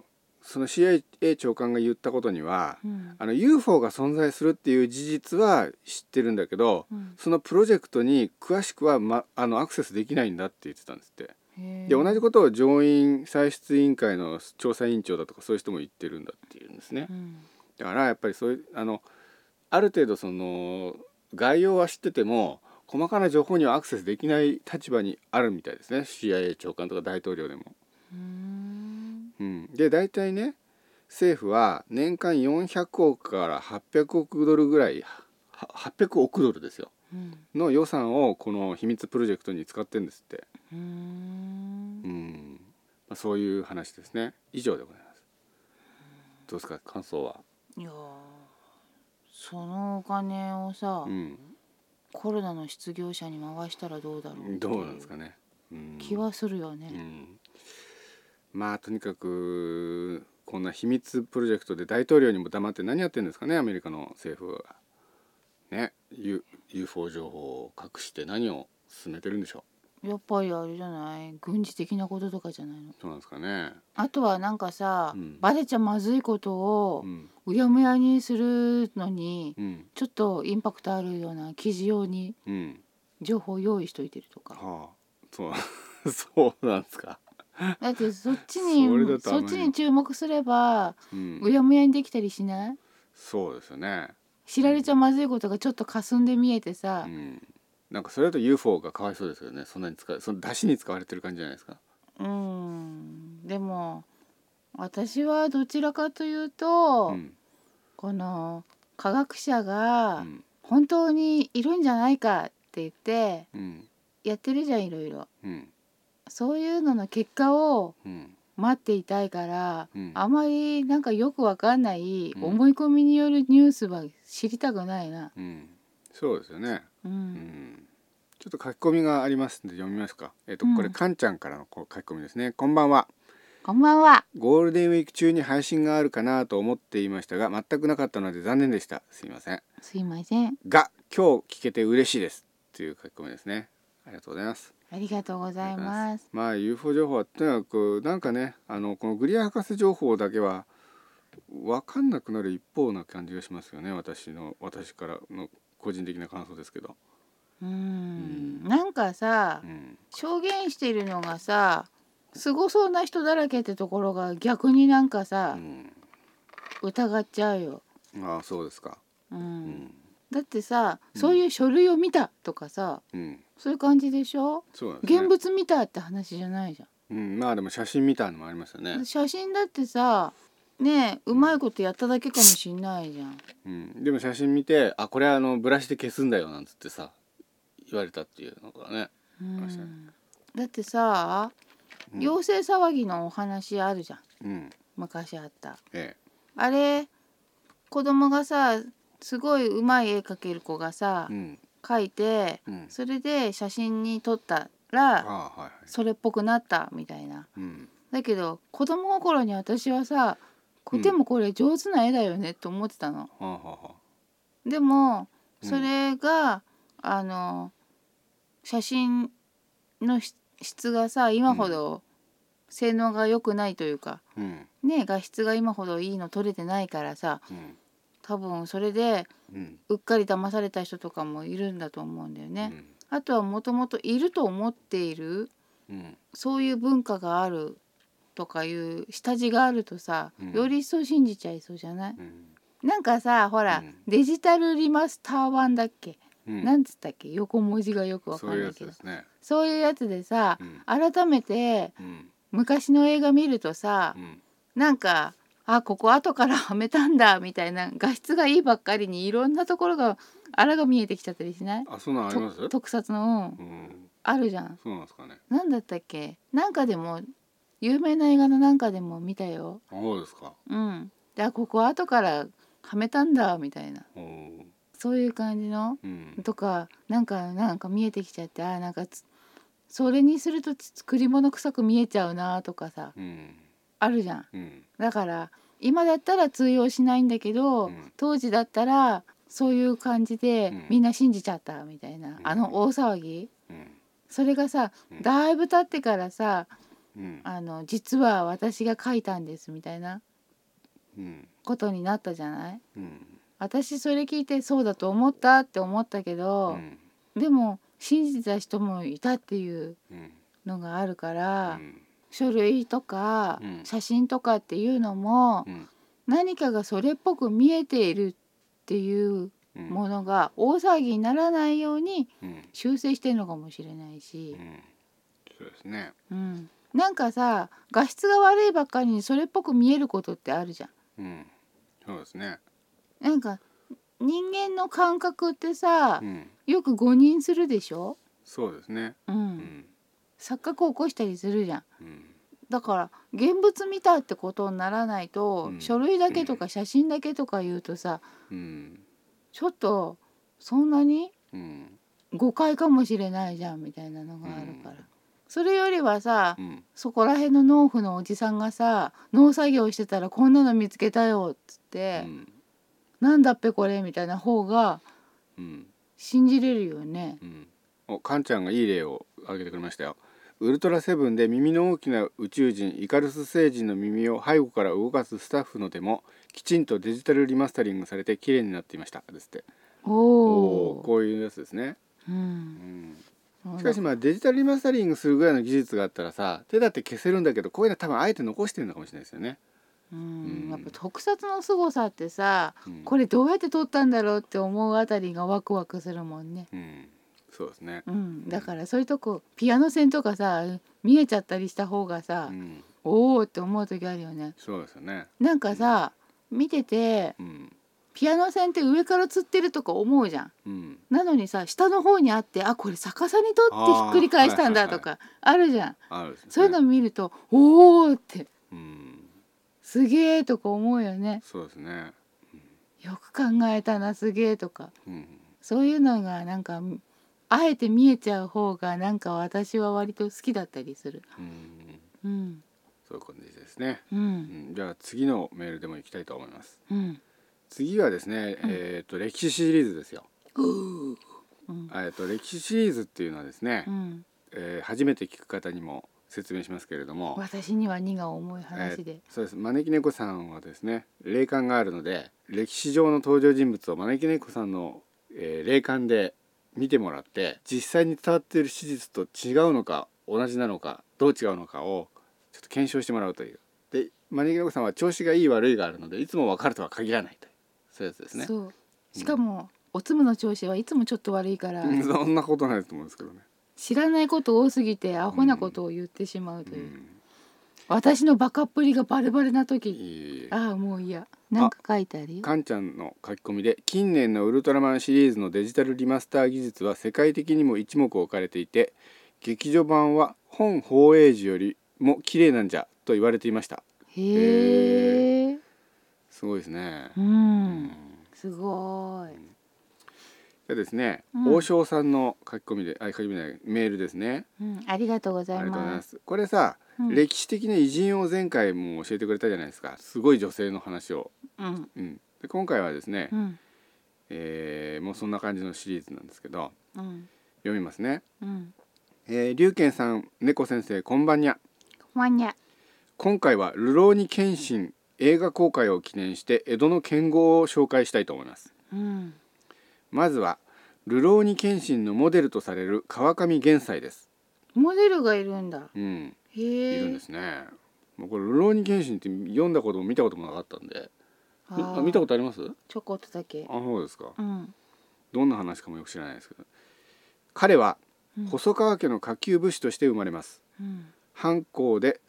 Speaker 1: ーその CIA 長官が言ったことには、
Speaker 2: うん
Speaker 1: あの UFO が存在するっていう事実は知ってるんだけど、
Speaker 2: うん
Speaker 1: そのプロジェクトに詳しくは、ま、あのアクセスできないんだって言ってたんですって
Speaker 2: へえ
Speaker 1: で同じことを上院歳出委員会の調査委員長だとかそういう人も言ってるんだっていうんですね
Speaker 2: うん
Speaker 1: だからやっぱりそういうあのある程度その概要は知ってても細かな情報にはアクセスできない立場にあるみたいですね CIA 長官とか大統領でも。
Speaker 2: うーん
Speaker 1: うん、で大体ね政府は年間400億から800億ドルぐらいは800億ドルですよ
Speaker 2: うん
Speaker 1: の予算をこの秘密プロジェクトに使ってんですって、
Speaker 2: うーん
Speaker 1: うんまあ、そういう話ですね以上でございますどうですか感想は、
Speaker 2: いやーそのお金をさ、
Speaker 1: うん、
Speaker 2: コロナの失業者に回したらどうだろうってい
Speaker 1: どうなんですかね、うん、
Speaker 2: 気はするよ
Speaker 1: う
Speaker 2: ね、
Speaker 1: ん、まあとにかくこんな秘密プロジェクトで大統領にも黙って何やってるんですかねアメリカの政府はね U UFO 情報を隠して何を進めてるんでしょ
Speaker 2: やっぱりあれじゃない軍事的なこととかじゃないの
Speaker 1: うそうなんですかね、
Speaker 2: あとはなんかさ、
Speaker 1: うん
Speaker 2: バレちゃまずいことを
Speaker 1: うん
Speaker 2: うやむやにするのに、
Speaker 1: うん
Speaker 2: ちょっとインパクトあるような記事用に
Speaker 1: うん
Speaker 2: 情報を用意しといてるとか
Speaker 1: はあ、そう そうなんですか。
Speaker 2: だってそっちに
Speaker 1: それだとあ
Speaker 2: そ
Speaker 1: ん
Speaker 2: っ
Speaker 1: まり
Speaker 2: ちに注目すれば
Speaker 1: うん
Speaker 2: うやむやにできたりしない
Speaker 1: そうですよね。
Speaker 2: 知られちゃまずいことがちょっと霞んで見えて
Speaker 1: う
Speaker 2: さ、
Speaker 1: ん。なんかそれだと UFO がかわいそうですよね。そんなに使う、その出汁に使われてる感じじゃないですか。
Speaker 2: うんでも私はどちらかというと、
Speaker 1: うん。
Speaker 2: この科学者
Speaker 1: う
Speaker 2: が
Speaker 1: ん。
Speaker 2: 本当にいるんじゃないかって言って
Speaker 1: うん。
Speaker 2: やってるじゃんいろいろ
Speaker 1: うん。
Speaker 2: そういうのの結果を
Speaker 1: うん。
Speaker 2: 待っていたいから、
Speaker 1: うん
Speaker 2: あまりなんかよくわかんない
Speaker 1: うん
Speaker 2: 思い込みによるニュースは知りたくないな。
Speaker 1: うん。そうですよね。
Speaker 2: う
Speaker 1: うんん。ちょっと書き込みがありますんで読みますか。えっ、と
Speaker 2: うん
Speaker 1: これかんちゃんからのこう書き込みですね。こんばんは。
Speaker 2: こんばんは。
Speaker 1: ゴールデンウィーク中に配信があるかなと思っていましたが全くなかったので残念でした。すいません。
Speaker 2: すいません。
Speaker 1: が今日聞けて嬉しいですという書き込みですね。ありがとうございます。
Speaker 2: ありがとうございます。
Speaker 1: まあ UFO 情報はとにかくなんかねあのこのグリア博士情報だけは分かんなくなる一方な感じがしますよね私の私からの個人的な感想ですけど。
Speaker 2: う
Speaker 1: うん
Speaker 2: ん。なんかさ
Speaker 1: う、ん、
Speaker 2: 証言しているのがさ、すごそうな人だらけってところが逆になんか
Speaker 1: う
Speaker 2: さ、
Speaker 1: ん、
Speaker 2: 疑っちゃうよ。
Speaker 1: ああそうですか。
Speaker 2: う。
Speaker 1: うんん、
Speaker 2: だってさ、
Speaker 1: うん
Speaker 2: そういう書類を見たとかさ、
Speaker 1: うん、
Speaker 2: そういう感じでしょ？
Speaker 1: そうなんですね。
Speaker 2: 現物見たって話じゃないじゃん。
Speaker 1: うん、まあでも写真みたいのもありましたね。
Speaker 2: 写真だってさねえうまいことやっただけかもしんないじゃん
Speaker 1: うん、でも写真見てあこれあのブラシで消すんだよなんつってさ言われたっていうのがね。
Speaker 2: うん
Speaker 1: 確かに
Speaker 2: だってさ、
Speaker 1: うん
Speaker 2: 妖精騒ぎのお話あるじゃん
Speaker 1: うん、
Speaker 2: 昔あった
Speaker 1: え
Speaker 2: あれ子供がさすごいうまい絵描ける子がさ
Speaker 1: うん
Speaker 2: 描いて
Speaker 1: うん
Speaker 2: それで写真に撮ったら
Speaker 1: ああはいはい
Speaker 2: それっぽくなったみたいな
Speaker 1: うん
Speaker 2: だけど子供心に私はさこ
Speaker 1: うん
Speaker 2: でもこれ上手な絵だよねと思ってたの。
Speaker 1: はあはあは
Speaker 2: でも
Speaker 1: うん
Speaker 2: それが、あの写真のし質がさ今ほど性能が良くないという
Speaker 1: あ
Speaker 2: か、
Speaker 1: うん
Speaker 2: ね画質が今ほどいいの撮れてないからさ
Speaker 1: うん
Speaker 2: 多分それで
Speaker 1: うん
Speaker 2: うっかり騙された人とかもいるんだと思うんだよね。あとはもともといると思っている
Speaker 1: うんうん
Speaker 2: そういう文化があるとかいう下地があるとさ、
Speaker 1: うん
Speaker 2: より一層信じちゃいそうじゃない
Speaker 1: うん
Speaker 2: なんかさほら、
Speaker 1: うん
Speaker 2: デジタルリマスター版だっけ、
Speaker 1: うん
Speaker 2: なんつったっけ横文字がよくわか
Speaker 1: そういう
Speaker 2: んな
Speaker 1: や
Speaker 2: い
Speaker 1: つ
Speaker 2: けど
Speaker 1: ですね
Speaker 2: そういうやつでさ、
Speaker 1: うん
Speaker 2: 改めて
Speaker 1: うん
Speaker 2: 昔の映画見るとさ
Speaker 1: う、ん
Speaker 2: なんかあここ後からはめたんだみたいな画質がいいばっかりにいろんなところがあらが見えてきちゃったりしない
Speaker 1: あそんなんあります
Speaker 2: と特撮の、うん、
Speaker 1: うん
Speaker 2: あるじゃん
Speaker 1: そうなんですかね
Speaker 2: なんだったっけなんかでも有名な映画のなんかでも見たよ。
Speaker 1: あそうですか
Speaker 2: うん。であここ後からはめたんだみたいな
Speaker 1: おー
Speaker 2: そういう感じの
Speaker 1: うん
Speaker 2: とかなんかなんか見えてきちゃってあなんかつそれにするとつ作り物臭く見えちゃうなとかさ
Speaker 1: うん
Speaker 2: あるじゃん。
Speaker 1: うん
Speaker 2: だから今だったら通用しないんだけど、
Speaker 1: うん
Speaker 2: 当時だったらそういう感じで
Speaker 1: うん
Speaker 2: みんな信じちゃったみたいな、
Speaker 1: うん
Speaker 2: あの大騒ぎ
Speaker 1: うん
Speaker 2: それがさ、
Speaker 1: うん
Speaker 2: だいぶ経ってからさ
Speaker 1: うん
Speaker 2: あの実は私が書いたんですみたいな
Speaker 1: うん
Speaker 2: ことになったじゃない
Speaker 1: うん
Speaker 2: 私それ聞いてそうだと思ったって思ったけ
Speaker 1: う
Speaker 2: ど、
Speaker 1: ん
Speaker 2: でも信じた人もいたっていう
Speaker 1: うん
Speaker 2: のがあるか
Speaker 1: う
Speaker 2: ら、
Speaker 1: ん
Speaker 2: 書類とか
Speaker 1: うん
Speaker 2: 写真とかっていうのも
Speaker 1: うん
Speaker 2: 何かがそれっぽく見えているっていう
Speaker 1: うん
Speaker 2: ものが大騒ぎにならないように
Speaker 1: うん
Speaker 2: 修正してるのかもしれないし。
Speaker 1: うんそうですね
Speaker 2: うん、なんかさ画質が悪いばっかりにそれっぽく見えることってあるじゃん。
Speaker 1: うんそうですね
Speaker 2: なんか人間の感覚ってさ
Speaker 1: うん
Speaker 2: よく誤認するでしょ、
Speaker 1: そうですね
Speaker 2: う、
Speaker 1: うんん
Speaker 2: 錯覚を起こしたりするじゃん
Speaker 1: うん
Speaker 2: だから現物見たってことにならないと、
Speaker 1: うん
Speaker 2: 書類だけとか写真だけとか言うとさ
Speaker 1: うん
Speaker 2: ちょっとそんなに
Speaker 1: うん
Speaker 2: 誤解かもしれないじゃんみたいなのがあるから、
Speaker 1: うん
Speaker 2: それよりはさ
Speaker 1: うん
Speaker 2: そこら辺の農夫のおじさんがさ農作業してたらこんなの見つけたよっつっ
Speaker 1: う
Speaker 2: て、
Speaker 1: ん
Speaker 2: なんだっぺこれみたいな方が
Speaker 1: うん
Speaker 2: 信じれるよね。
Speaker 1: うんおカンちゃんがいい例を挙げてくれましたよウルトラセブンで耳の大きな宇宙人イカルス星人の耳を背後から動かすスタッフのでもきちんとデジタルリマスタリングされて綺麗になっていましたですって
Speaker 2: お
Speaker 1: おー
Speaker 2: お。
Speaker 1: こういうやつですね、
Speaker 2: う。
Speaker 1: うんん、
Speaker 2: そうだ
Speaker 1: しかしまあデジタルリマスタリングするぐらいの技術があったらさ手だって消せるんだけどこういうのは多分あえて残してるのかもしれないですよね、
Speaker 2: う
Speaker 1: うんん
Speaker 2: やっぱ特撮の凄さってさ、
Speaker 1: うん、
Speaker 2: これどうやって撮ったんだろうって思うあたりがワクワクするもんね。
Speaker 1: うん、そうですね、
Speaker 2: うん。だからそういうとこピアノ線とかさ見えちゃったりした方がさ、
Speaker 1: うん、
Speaker 2: おおって思う時あるよね。
Speaker 1: そうですよね、
Speaker 2: なんかさ見てて
Speaker 1: うん
Speaker 2: ピアノ線って上から釣ってるとか思うじゃん。
Speaker 1: うん、
Speaker 2: なのにさ下の方にあってあこれ逆さに撮ってひっくり返したんだとかあるじゃん。
Speaker 1: あるですね
Speaker 2: そういうの見るとおおって
Speaker 1: うん、
Speaker 2: すげえとか思うよね。
Speaker 1: そうですね、
Speaker 2: よく考えたなすげえとか
Speaker 1: うん、
Speaker 2: そういうのがなんかあえて見えちゃう方がなんか私は割と好きだったりする。
Speaker 1: うん、
Speaker 2: うん
Speaker 1: そういう感じですね、
Speaker 2: う
Speaker 1: うんん、じゃあ次のメールでも行きたいと思います
Speaker 2: うん
Speaker 1: 次はですね、
Speaker 2: うん
Speaker 1: えっ、と歴史シリーズですよ
Speaker 2: うんうん
Speaker 1: えっ、と歴史シリーズっていうのはですね、
Speaker 2: うん
Speaker 1: えー初めて聞く方にも説明しますけれども
Speaker 2: 私には荷が重い話
Speaker 1: え
Speaker 2: で。
Speaker 1: ーそうです招き猫さんはですね霊感があるので歴史上の登場人物を招き猫さんの、えー霊感で見てもらって実際に伝わっている史実と違うのか同じなのかどう違うのかをちょっと検証してもらうというで招き猫さんは調子がいい悪いがあるのでいつも分かるとは限らないというそういうやつですね
Speaker 2: そうしかもおつむの調子はいつもちょっと悪いから
Speaker 1: うん そんなことないと思うんですけどね、
Speaker 2: 知らないこと多すぎてアホなことを言ってしまうと
Speaker 1: う
Speaker 2: いう、
Speaker 1: ん、
Speaker 2: 私のバカっぷりがバレバレない時
Speaker 1: い
Speaker 2: ああもう嫌なんか書いてあるよ
Speaker 1: カンちゃんの書き込みで近年のウルトラマンシリーズのデジタルリマスター技術は世界的にも一目置かれていて劇場版は本放映時よりも綺麗なんじゃと言われていました
Speaker 2: へえ
Speaker 1: すごいですね
Speaker 2: う、
Speaker 1: うん
Speaker 2: すごーい。
Speaker 1: でですね、
Speaker 2: うん
Speaker 1: 王将さんの書き込みであ書き込みじゃないメールですね
Speaker 2: うん、ありがとうご
Speaker 1: あ
Speaker 2: ざ
Speaker 1: り
Speaker 2: い
Speaker 1: がとうござい
Speaker 2: ま。
Speaker 1: ますすこれさ、
Speaker 2: うん
Speaker 1: 歴史的な偉人を前回も教えてくれたじゃないですかすごい女性の話を、
Speaker 2: うん、
Speaker 1: うん、で今回はですね、
Speaker 2: うん、
Speaker 1: えーもうそんな感じのシリーズなんですけど
Speaker 2: うん、
Speaker 1: 読みますね、
Speaker 2: うん。
Speaker 1: えー、龍賢さん猫先生こんばんにゃ
Speaker 2: マニア。
Speaker 1: 今回は「流浪に謙信」映画公開を記念して江戸の剣豪を紹介したいと思います
Speaker 2: うん、
Speaker 1: まずは「流浪に謙信」のモデルとされる川上玄斎です
Speaker 2: モデルがいるんだ。
Speaker 1: うん
Speaker 2: へ
Speaker 1: い
Speaker 2: え。
Speaker 1: るんですね。もうこれ「流浪に謙信」って読んだことも見たこともなかったんで、み
Speaker 2: あー
Speaker 1: 見たことあります？あ、
Speaker 2: ちょこっとだけ。
Speaker 1: そうですか。
Speaker 2: うん、
Speaker 1: どんな話かもよく知らないですけど、彼は
Speaker 2: うん
Speaker 1: 細川家の下級武士として生まれます。
Speaker 2: うん、
Speaker 1: 藩校で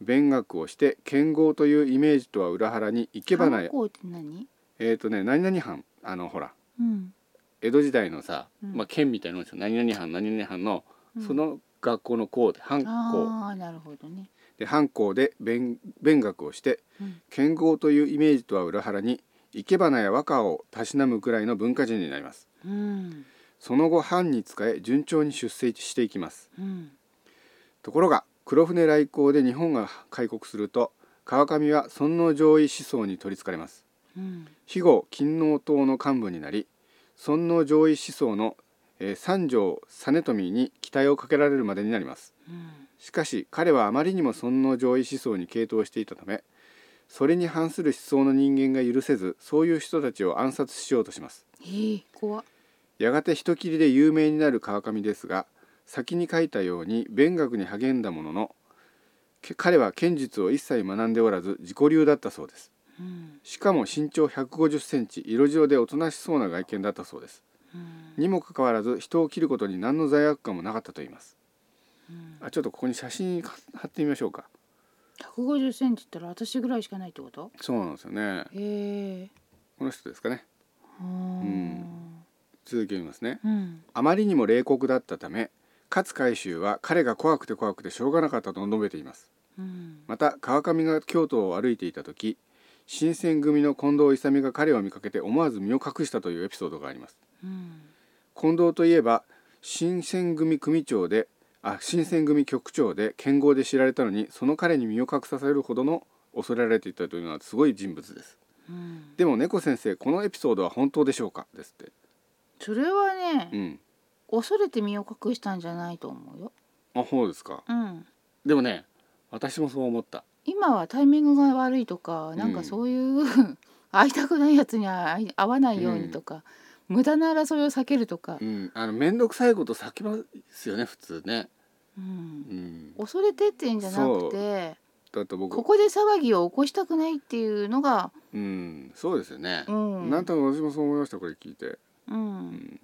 Speaker 1: 勉学をして剣豪というイメージとは裏腹に生け花や
Speaker 2: 観光って何？
Speaker 1: えっ、とね何々藩あのほら
Speaker 2: うん、
Speaker 1: 江戸時代のさ、
Speaker 2: うん
Speaker 1: まあ県みたいなもんですよ何々藩何々藩の、
Speaker 2: うん
Speaker 1: その学校の校で藩校
Speaker 2: ああ、なるほどね。
Speaker 1: で藩校で勉勉学をして
Speaker 2: うん、
Speaker 1: 剣豪というイメージとは裏腹に生け花や和歌をたしなむくらいの文化人になります
Speaker 2: うん、
Speaker 1: その後藩に仕え順調に出世していきます
Speaker 2: うん、
Speaker 1: ところが黒船来航で日本が開国すると川上は尊王攘夷思想に取りつかれます
Speaker 2: うん、
Speaker 1: 肥後勤王党の幹部になり尊王攘夷思想の、えー三条実富に期待をかけられるまでになります
Speaker 2: うん、
Speaker 1: しかし彼はあまりにも尊王攘夷思想に傾倒していたためそれに反する思想の人間が許せずそういう人たちを暗殺しようとします
Speaker 2: へえ、怖っ。
Speaker 1: やがて人斬りで有名になる川上ですが先に書いたように勉学に励んだもののけ彼は剣術を一切学んでおらず自己流だったそうです
Speaker 2: うん、
Speaker 1: しかも身長1 5 0センチ色白でおとなしそうな外見だったそうです
Speaker 2: うん、
Speaker 1: にもかかわらず人を切ることに何の罪悪感もなかったと言います
Speaker 2: うん。
Speaker 1: あちょっとここに写真貼ってみましょうか
Speaker 2: 百五十センチって言ったら私ぐらいしかないってこと？
Speaker 1: そうなんですよね
Speaker 2: へえ。
Speaker 1: この人ですかね
Speaker 2: うーん。
Speaker 1: 続きを見ますね
Speaker 2: うん。
Speaker 1: あまりにも冷酷だったため勝海舟は彼が怖くて怖くてしょうがなかったと述べています
Speaker 2: うん。
Speaker 1: また川上が京都を歩いていた時新選組の近藤勇が彼を見かけて思わず身を隠したというエピソードがあります
Speaker 2: うん。
Speaker 1: 近藤といえば新選組組長であ新選組局長で剣豪で知られたのにその彼に身を隠させるほどの恐れられていたというのはすごい人物です
Speaker 2: うん。
Speaker 1: でも猫先生このエピソードは本当でしょうかですって
Speaker 2: それはね、
Speaker 1: うん
Speaker 2: 恐れて身を隠したんじゃないと思うよ。
Speaker 1: あそうですか
Speaker 2: うん。
Speaker 1: でもね私もそう思った
Speaker 2: 今はタイミングが悪いとか、なん
Speaker 1: う
Speaker 2: か
Speaker 1: ん
Speaker 2: そういう、 会いたくないやつには会い会わないようにとか、無駄な争いを避けるとか
Speaker 1: う、んあの面倒くさいこと避けますよね普通ね
Speaker 2: うん
Speaker 1: うん
Speaker 2: 恐れてってんじゃなくて、
Speaker 1: だって僕
Speaker 2: ここで騒ぎを起こしたくないっていうのが、
Speaker 1: うんそうですよね
Speaker 2: う、ん、
Speaker 1: なんとなく私もそう思いましたこれ聞いて、
Speaker 2: う、
Speaker 1: うんん、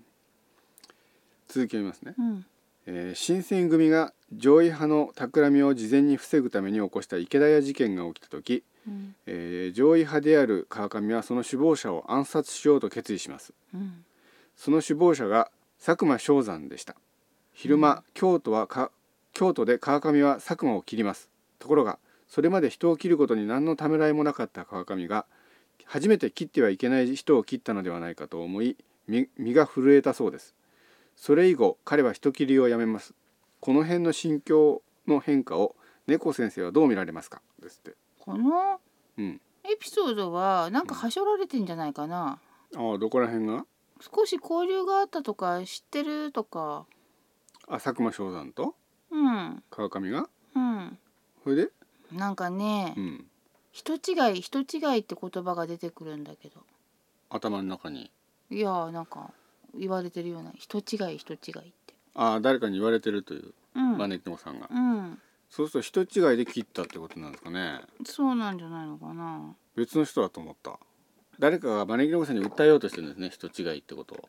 Speaker 1: 続きを見ますね、
Speaker 2: うん、
Speaker 1: えー新選組が上位派の企みを事前に防ぐために起こした池田屋事件が起きた時、
Speaker 2: うん、
Speaker 1: えー上位派である川上はその首謀者を暗殺しようと決意します
Speaker 2: うん、
Speaker 1: その首謀者が佐久間象山でした昼間、
Speaker 2: うん
Speaker 1: 京都はか京都で川上は佐久間を切りますところがそれまで人を切ることに何のためらいもなかった川上が初めて切ってはいけない人を切ったのではないかと思い身身が震えたそうですそれ以後彼は人切りをやめますこの辺の心境の変化を猫先生はどう見られますかですって
Speaker 2: この
Speaker 1: うん
Speaker 2: エピソードはなんかはしょられてんじゃないかな。
Speaker 1: ああどこら辺が
Speaker 2: 少し交流があったとか知ってるとか
Speaker 1: あ佐久間象山と
Speaker 2: うん
Speaker 1: 川上が
Speaker 2: うん
Speaker 1: それで
Speaker 2: なんかね、
Speaker 1: うん
Speaker 2: 人違い人違いって言葉が出てくるんだけど
Speaker 1: 頭の中に
Speaker 2: いやーなんか言われてるような人違い人違いって
Speaker 1: ああ誰かに言われてるという
Speaker 2: うん、
Speaker 1: 招き猫さんが、
Speaker 2: うん、
Speaker 1: そうすると人違いで切ったってことなんですかね
Speaker 2: そうなんじゃないのかな
Speaker 1: 別の人だと思った誰かが招き猫さんに訴えようとしてるんですね人違いってことを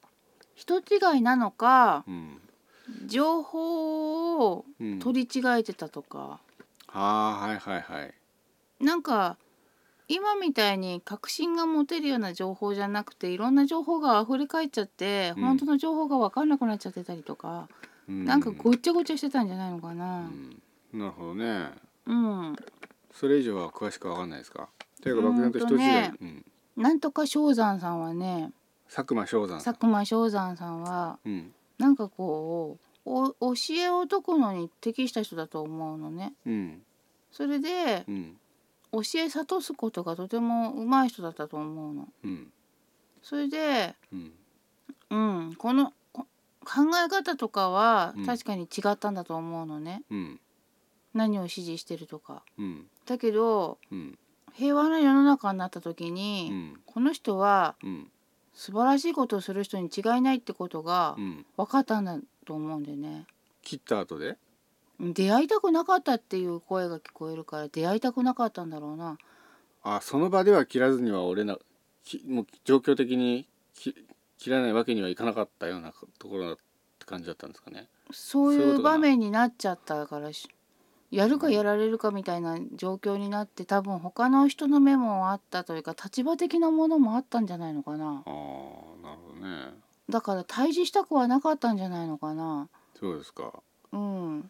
Speaker 2: 人違いなのか
Speaker 1: うん、
Speaker 2: 情報を
Speaker 1: うん、
Speaker 2: 取り違えてたとか、
Speaker 1: はあはいはいはい
Speaker 2: なんか今みたいに確信が持てるような情報じゃなくていろんな情報が溢れ返っちゃって、
Speaker 1: うん
Speaker 2: 本当の情報が分かんなくなっちゃってたりとか
Speaker 1: う
Speaker 2: なんかごっちゃごちゃしてたんじゃないのか
Speaker 1: う
Speaker 2: な。
Speaker 1: ん、なるほどね
Speaker 2: うん、
Speaker 1: それ以上は詳しくわかんないですかというか漠然と人時代、
Speaker 2: うん
Speaker 1: うん、
Speaker 2: なんとか正山さんはね
Speaker 1: 佐久間翔山さん
Speaker 2: 佐久間正山さんは
Speaker 1: うん
Speaker 2: なんかこうお教えを解くのに適した人だと思うのね。
Speaker 1: うん
Speaker 2: それで
Speaker 1: うん
Speaker 2: 教え諭すことがとても上手い人だったと思うの。
Speaker 1: うん
Speaker 2: それで
Speaker 1: うん
Speaker 2: うんこのこ考え方とかは
Speaker 1: うん
Speaker 2: 確かに違ったんだと思うのね。
Speaker 1: うん
Speaker 2: 何を指示してるとか。
Speaker 1: うん
Speaker 2: だけど
Speaker 1: うん
Speaker 2: 平和な世の中になった時
Speaker 1: う
Speaker 2: に、
Speaker 1: ん
Speaker 2: この人は
Speaker 1: うん
Speaker 2: 素晴らしいことをする人に違いないってことが
Speaker 1: うん
Speaker 2: 分かったんだと思うんだよね。
Speaker 1: 切った後で
Speaker 2: 出会いたくなかったっていう声が聞こえるから出会いたくなかったんだろうな。
Speaker 1: あその場では切らずには俺なきもう状況的にき切らないわけにはいかなかったようなところだって感じだったんですかね。
Speaker 2: そ
Speaker 1: そう
Speaker 2: う
Speaker 1: いう
Speaker 2: い
Speaker 1: こ
Speaker 2: う
Speaker 1: とかな
Speaker 2: 場面になっちゃったからしやるかやられるかみたいな状況になって多分他の人の目もあったというか立場的なものもあったんじゃないのかな
Speaker 1: ああなるほどね。
Speaker 2: だから対峙したくはなかったんじゃないのかな
Speaker 1: そうですか。
Speaker 2: うん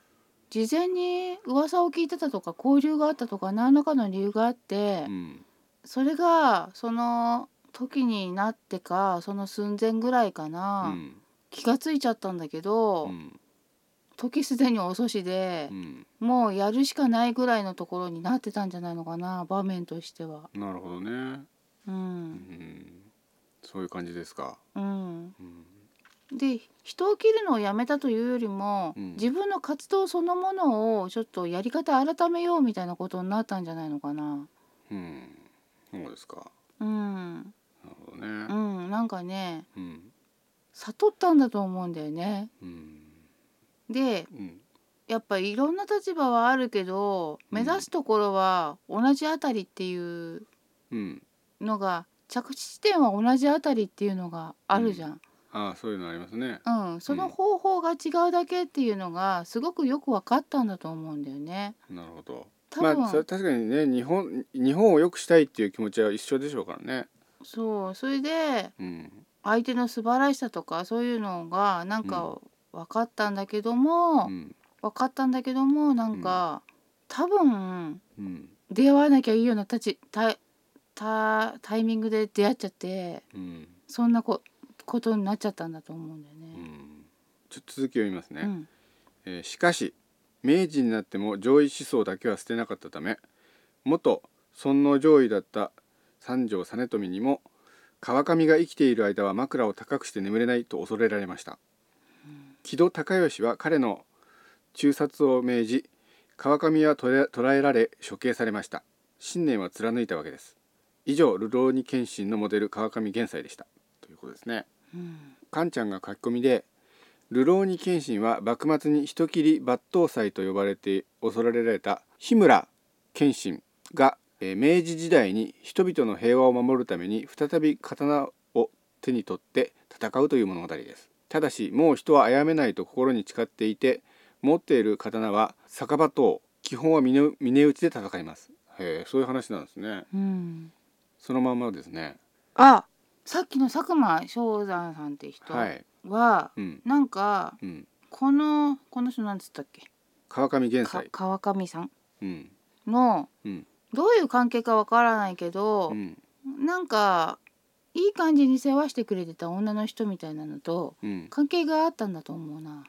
Speaker 2: 事前に噂を聞いてたとか交流があったとか何らかの理由があって、
Speaker 1: うん
Speaker 2: それがその時になってかその寸前ぐらいか
Speaker 1: う
Speaker 2: な、
Speaker 1: ん
Speaker 2: 気がついちゃったんだけ
Speaker 1: う
Speaker 2: ど、
Speaker 1: ん
Speaker 2: 時すでに遅しで
Speaker 1: う、ん
Speaker 2: もうやるしかないぐらいのところになってたんじゃないのかな場面としては。
Speaker 1: なるほどね。う
Speaker 2: う
Speaker 1: んんそういう感じですか。
Speaker 2: うん、
Speaker 1: うん
Speaker 2: で人を切るのをやめたというよりも、
Speaker 1: うん
Speaker 2: 自分の活動そのものをちょっとやり方改めようみたいなことになったんじゃないのかな。
Speaker 1: うんそうですか。
Speaker 2: うん、
Speaker 1: なるほど
Speaker 2: う
Speaker 1: ね。
Speaker 2: ん、なんかね
Speaker 1: うん
Speaker 2: 悟ったんだと思うんだよね。
Speaker 1: うん
Speaker 2: で
Speaker 1: うん
Speaker 2: やっぱいろんな立場はあるけど
Speaker 1: うん
Speaker 2: 目指すところは同じあたりっていう
Speaker 1: うん
Speaker 2: のが着地地点は同じあたりっていうのがあるじゃん。
Speaker 1: ああそういうのありますね。
Speaker 2: うん、その方法が違うだけっていうのがすごくよく分かったんだと思うんだよね。
Speaker 1: なるほど。
Speaker 2: 多分、
Speaker 1: まあそれ確かにね日本日本を良くしたいっていう気持ちは一緒でしょうからね。
Speaker 2: そうそれで
Speaker 1: うん
Speaker 2: 相手の素晴らしさとかそういうのがなんか分かったんだけども、
Speaker 1: うん
Speaker 2: 分かったんだけどもなんか、多分
Speaker 1: うん
Speaker 2: 出会わなきゃいいようなたちたたタイミングで出会っちゃって
Speaker 1: うん
Speaker 2: そんなこことになっちゃったんだと思うんだよ
Speaker 1: う
Speaker 2: ね。
Speaker 1: んちょっと続きを読みますね。
Speaker 2: うん
Speaker 1: えーしかし明治になっても上位思想だけは捨てなかったため元尊王上位だった三条実富にも川上が生きている間は枕を高くして眠れないと恐れられました、木戸孝允は彼の中殺を命じ川上は捕ら捕らえられ処刑されました信念は貫いたわけです以上ルローニケンシンのモデル川上玄斎でしたということですね
Speaker 2: うん
Speaker 1: カンちゃんが書き込みで「流浪に謙信は幕末に人斬り抜刀斎と呼ばれて恐れられた日村謙信が、えー明治時代に人々の平和を守るために再び刀を手に取って戦うという物語です。ただしもう人は殺めないと心に誓っていて持っている刀は酒場刀基本は峰峰打ちで戦います。へえそういう話なんですね。
Speaker 2: うん、
Speaker 1: そのまんまですね。
Speaker 2: あさっきの佐久間翔山さんって人は、
Speaker 1: はい。うん
Speaker 2: なんか
Speaker 1: うん。
Speaker 2: このこの人なんつったっけ、
Speaker 1: 川上玄
Speaker 2: か
Speaker 1: 斎。
Speaker 2: 川上さん
Speaker 1: うん
Speaker 2: の
Speaker 1: うん
Speaker 2: どういう関係かわからないけ
Speaker 1: う
Speaker 2: ど、
Speaker 1: ん
Speaker 2: なんかいい感じに世話してくれてた女の人みたいなのと
Speaker 1: うん。
Speaker 2: 関係があったんだと思うな。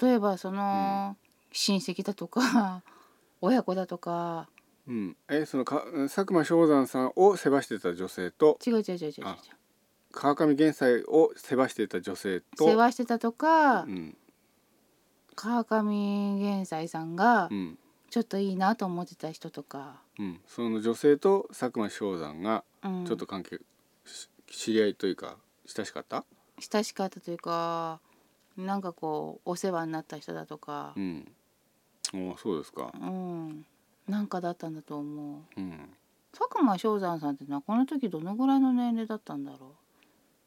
Speaker 2: 例えばその、親戚だとか 親子だとか
Speaker 1: うん、えそのか佐久間象山さんを世話してた女性と
Speaker 2: 違う違う違う違う違う
Speaker 1: あ川上玄斎を世話してた女性と
Speaker 2: 世話してたとか、
Speaker 1: うん
Speaker 2: 川上玄斎さんが
Speaker 1: うん
Speaker 2: ちょっといいなと思ってた人とか、
Speaker 1: うん、その女性と佐久間象山が
Speaker 2: うん、
Speaker 1: ちょっと関係、し知り合いというか親しかった、
Speaker 2: 親しかったというかなんかこうお世話になった人だとか
Speaker 1: う、ん、おそうですか、
Speaker 2: うんなんかだったんだと思う
Speaker 1: うん、
Speaker 2: 佐久間翔山さんってなこの時どのぐらいの年齢だったんだろ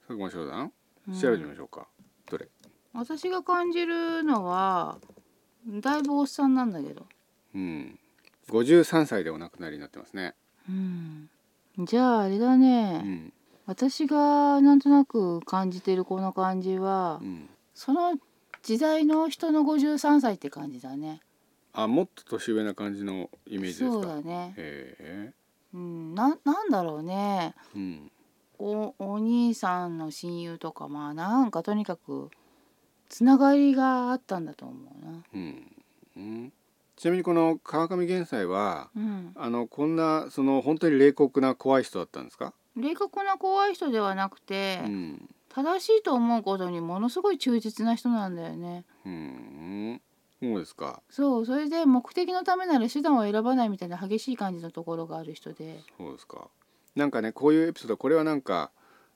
Speaker 1: 佐久間象山
Speaker 2: う、うん
Speaker 1: 調べてみましょうか、どれ
Speaker 2: 私が感じるのはだいぶおっさんなんだけど、
Speaker 1: うん53歳でお亡くなりになってますね、
Speaker 2: うん、じゃああれだ
Speaker 1: う
Speaker 2: ね、
Speaker 1: ん
Speaker 2: 私がなんとなく感じてるこの感じは、
Speaker 1: うん、
Speaker 2: その時代の人の53歳って感じだね。
Speaker 1: あもっと年上な感じのイメージですか
Speaker 2: そうだね。
Speaker 1: へえ
Speaker 2: うん、ななんだろうね
Speaker 1: うん
Speaker 2: おお兄さんの親友とかまあなんかとにかくつながりがあったんだと思うな。
Speaker 1: うんうん、ちなみにこの川上玄斎は
Speaker 2: うん、
Speaker 1: あのこんなその本当に冷酷な怖い人だったんですか、
Speaker 2: 冷酷な怖い人ではなくて、
Speaker 1: うん
Speaker 2: 正しいと思うことにものすごい忠実な人なんだよね。
Speaker 1: うん、そうですか
Speaker 2: そうそれで目的のためなら手段を選ばないみたいな激しい感じのところがある人で。
Speaker 1: そうですかなんかねこういうエピソードこれはなんか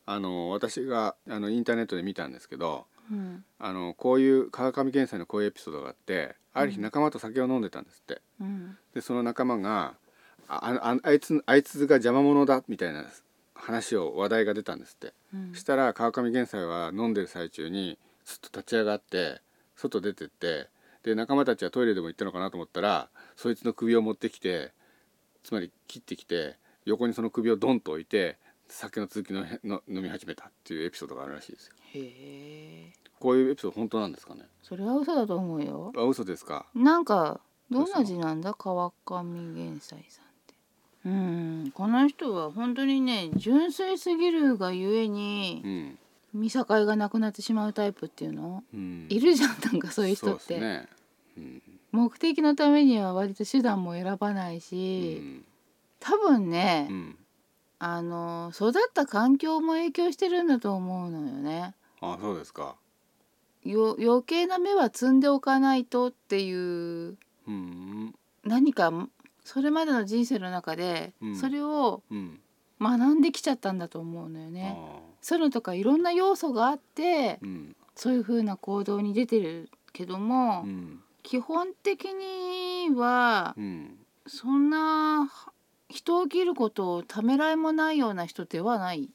Speaker 1: あの私があのインターネットで見たんですけど
Speaker 2: うん
Speaker 1: あのこういう川上健斎のこういうエピソードがあってある日
Speaker 2: うん
Speaker 1: 仲間と酒を飲んでたんですって
Speaker 2: うん
Speaker 1: でその仲間がああああいつあいつが邪魔者だみたいな話を話題が出たんですって
Speaker 2: うん
Speaker 1: したら川上玄斎は飲んでる最中にすっと立ち上がって外出てってで仲間たちはトイレでも行ったのかなと思ったらそいつの首を持ってきてつまり切ってきて横にその首をドンと置いて酒の続きのへの飲み始めたっていうエピソードがあるらしいですよ
Speaker 2: へえ
Speaker 1: こういうエピソード本当なんですかね
Speaker 2: それは嘘だと思うよ。
Speaker 1: あ嘘ですか
Speaker 2: なんかどんな字なんだ川上玄斎さんって。うんこの人は本当にね純粋すぎるがゆえに
Speaker 1: うん、
Speaker 2: 見境がなくなってしまうタイプっていうの
Speaker 1: うん、
Speaker 2: いるじゃんなんかそういう人っ
Speaker 1: そうです
Speaker 2: て、
Speaker 1: ねうん、
Speaker 2: 目的のためには割と手段も選ばないうし、
Speaker 1: ん
Speaker 2: 多分ね、
Speaker 1: うん、
Speaker 2: あの育った環境も影響してるんだと思うのよね。
Speaker 1: あそうですか
Speaker 2: よ余計な目は積んでおかないとっていう
Speaker 1: うん
Speaker 2: 何かそれまでの人生の中で、
Speaker 1: うん
Speaker 2: それを
Speaker 1: うん
Speaker 2: 学んできちゃったんだと思うのよね。
Speaker 1: あ
Speaker 2: そういうのとかいろんな要素があって
Speaker 1: ーうん
Speaker 2: そういう風な行動に出てるけども、
Speaker 1: うん
Speaker 2: 基本的には
Speaker 1: うん
Speaker 2: そんな人を切ることをためらいもないような人ではない。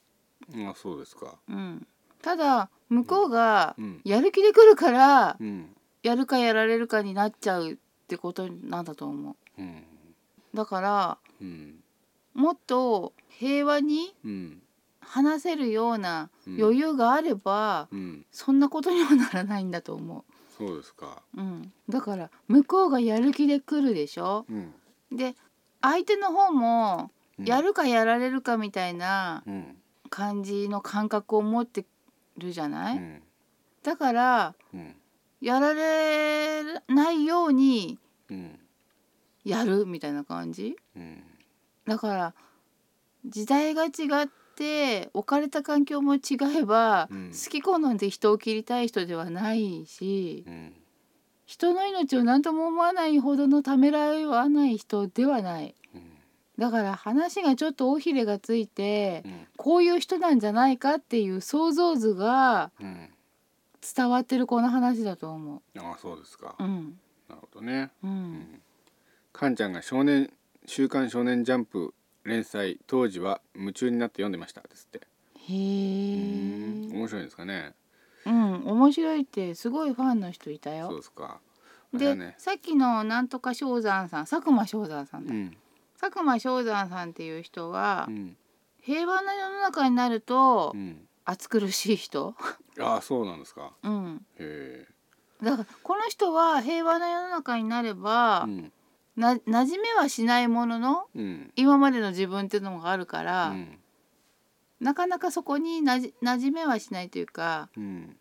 Speaker 1: あそうですか
Speaker 2: うん、ただ向こうが
Speaker 1: うん
Speaker 2: やる気で来るから
Speaker 1: うん
Speaker 2: やるかやられるかになっちゃうってことなんだと思
Speaker 1: うん
Speaker 2: う。だから
Speaker 1: うん
Speaker 2: もっと平和に
Speaker 1: うん
Speaker 2: 話せるような
Speaker 1: うん
Speaker 2: 余裕があれば、
Speaker 1: うん
Speaker 2: そんなことにはならないんだと思
Speaker 1: そうですか
Speaker 2: う。うん、だから向こうがやる気で来るでしょ
Speaker 1: うん
Speaker 2: で相手の方も
Speaker 1: うん
Speaker 2: やるかやられるかみたいな
Speaker 1: うん
Speaker 2: 感じの感覚を持ってるじゃな
Speaker 1: う
Speaker 2: い、
Speaker 1: ん
Speaker 2: だから
Speaker 1: うん
Speaker 2: やられないように
Speaker 1: うん
Speaker 2: やるみたいな感じ
Speaker 1: うん
Speaker 2: だから時代が違って置かれた環境も違えば、
Speaker 1: うん
Speaker 2: 好き好んで人を切りたい人ではないし
Speaker 1: うん
Speaker 2: 人の命を何とも思わないほどのためらいはない人ではない
Speaker 1: うん
Speaker 2: だから話がちょっと尾ひれがついて
Speaker 1: うん
Speaker 2: こういう人なんじゃないかっていう想像図が
Speaker 1: うん
Speaker 2: 伝わってるこの話だと思
Speaker 1: あそうですか
Speaker 2: う。うん
Speaker 1: なるほどね
Speaker 2: う
Speaker 1: うんんかんちゃんが少年週刊少年ジャンプ連載当時は夢中になって読んでましたですって
Speaker 2: へ
Speaker 1: う
Speaker 2: え
Speaker 1: ん面白いんですかね
Speaker 2: うん面白いってすごいファンの人いた
Speaker 1: そう
Speaker 2: よ。
Speaker 1: ですかあれは
Speaker 2: で、
Speaker 1: ね
Speaker 2: さっきのなんとか正山さん佐久間正山さんだ、
Speaker 1: うん
Speaker 2: 佐久間正山さんっていう人は、
Speaker 1: うん
Speaker 2: 平和な世の中になると
Speaker 1: うん
Speaker 2: 暑苦しい人、
Speaker 1: あそうなんですか
Speaker 2: うん、
Speaker 1: へ
Speaker 2: だからこの人は平和な世の中になれば、
Speaker 1: えうん
Speaker 2: な馴染めはしないものの
Speaker 1: うん
Speaker 2: 今までの自分っていうのがあるか
Speaker 1: う
Speaker 2: ら、
Speaker 1: ん
Speaker 2: なかなかそこになじ馴染めはしないというか
Speaker 1: うん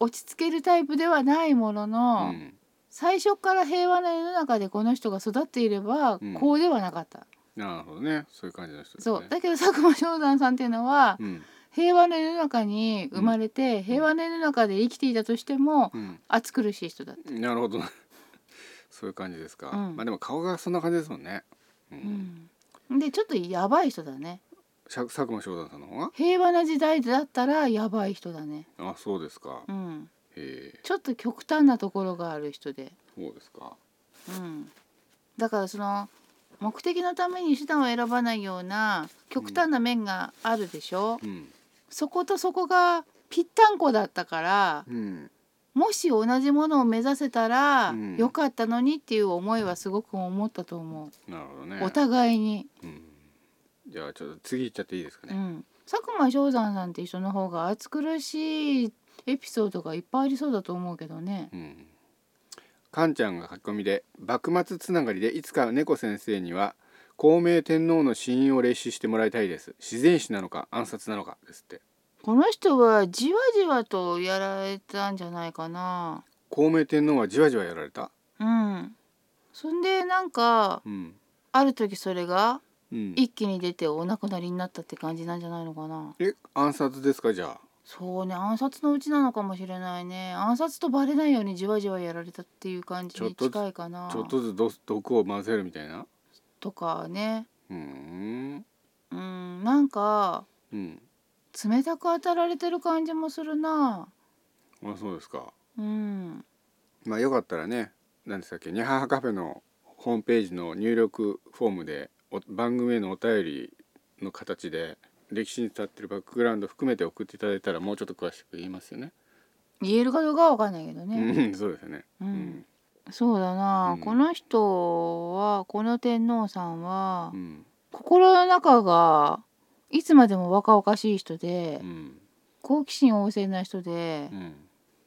Speaker 2: 落ち着けるタイプではないもの
Speaker 1: う
Speaker 2: の、
Speaker 1: ん
Speaker 2: 最初から平和な世の中でこの人が育っていれば、
Speaker 1: うん
Speaker 2: こうではなかった。
Speaker 1: なるほどね。そういう感じの人ですね。
Speaker 2: そうだけど佐久間正山さんっていうのは、
Speaker 1: うん。
Speaker 2: 平和な世の中に生まれて、平和な世の中で生きていたとしても
Speaker 1: うん。
Speaker 2: 暑苦しい人だった、
Speaker 1: なるほど。 そういう感じですか。
Speaker 2: うん
Speaker 1: まあでも顔がそんな感じですもんね。うん。
Speaker 2: うん、でちょっとやばい人だね
Speaker 1: しゃ佐久間翔太さんの方が。
Speaker 2: 平和な時代だったらやばい人だね、
Speaker 1: あ、そうですか。
Speaker 2: うん、
Speaker 1: へえ、
Speaker 2: ちょっと極端なところがある人で、
Speaker 1: そうですか。
Speaker 2: うん、だからその目的のために手段を選ばないような極端な面があるでしょ、
Speaker 1: うん。
Speaker 2: そことそこがぴったんこだったから
Speaker 1: うん。
Speaker 2: もし同じものを目指せたら、
Speaker 1: うん
Speaker 2: よかったのにっていう思いはすごく思ったと思
Speaker 1: なるほど
Speaker 2: う、
Speaker 1: ね。
Speaker 2: お互いに、
Speaker 1: うん。じゃあちょっと次行っちゃっていいですか
Speaker 2: う
Speaker 1: ね。
Speaker 2: ん、佐久間翔山さんって人の方が暑苦しいエピソードがいっぱいありそうだと思うけどね
Speaker 1: うん。かんちゃんが書き込みで幕末つながりでいつか猫先生には孔明天皇の死因を霊視してもらいたいです自然死なのか暗殺なのかですって
Speaker 2: この人はじわじわとやられたんじゃないかな
Speaker 1: 孔明天皇はじわじわやられた
Speaker 2: うんそんでなんか
Speaker 1: うん
Speaker 2: ある時それが
Speaker 1: うん
Speaker 2: 一気に出てお亡くなりになったって感じなんじゃないのかな
Speaker 1: え暗殺ですかじゃあ
Speaker 2: そうね暗殺のうちなのかもしれないね暗殺とバレないようにじわじわやられたっていう感じに
Speaker 1: ちょっとず
Speaker 2: 近いかな
Speaker 1: ちょっとずつど毒を混ぜるみたいな
Speaker 2: とかね
Speaker 1: うーん
Speaker 2: うんなんか
Speaker 1: うん
Speaker 2: 冷たく当たられてる感じもするな
Speaker 1: あそうですか
Speaker 2: うん
Speaker 1: まあよかったらね何でしたっけニャハハカフェのホームページの入力フォームでお番組へのお便りの形で歴史に伝ってるバックグラウンド含めて送っていただいたらもうちょっと詳しく言いますよね。
Speaker 2: 言えるかどうかは分かんないけど
Speaker 1: う
Speaker 2: ね、
Speaker 1: ん、そうですよね。
Speaker 2: う、
Speaker 1: うん
Speaker 2: そうだな、
Speaker 1: うん
Speaker 2: この人はこの天皇さんは、
Speaker 1: うん、
Speaker 2: 心の中がいつまでも若々しい人で、
Speaker 1: うん、
Speaker 2: 好奇心旺盛な人で、
Speaker 1: うん、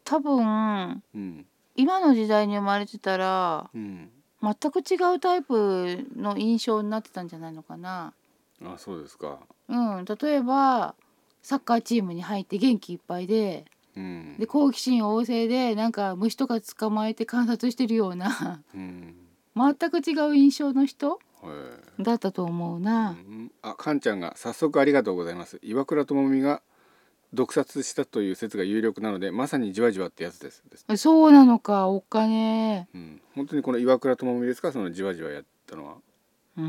Speaker 2: 多分
Speaker 1: うん、
Speaker 2: 今の時代に生まれてたら
Speaker 1: うん、
Speaker 2: 全く違うタイプの印象になってたんじゃないのかな。
Speaker 1: あ、そうですか。
Speaker 2: うん、例えばサッカーチームに入って元気いっぱいで
Speaker 1: うん、
Speaker 2: で好奇心旺盛でなんか虫とか捕まえて観察してるような
Speaker 1: うん、
Speaker 2: 全く違う印象の人
Speaker 1: はい。
Speaker 2: だったと思う
Speaker 1: う
Speaker 2: な。
Speaker 1: ん、あ、かんちゃんが早速ありがとうございます。岩倉智美が毒殺したという説が有力なので、まさにじわじわってやつです。です
Speaker 2: そうなのかおっかね
Speaker 1: うん、本当にこの岩倉智美ですか、そのじわじわやったのは。
Speaker 2: うん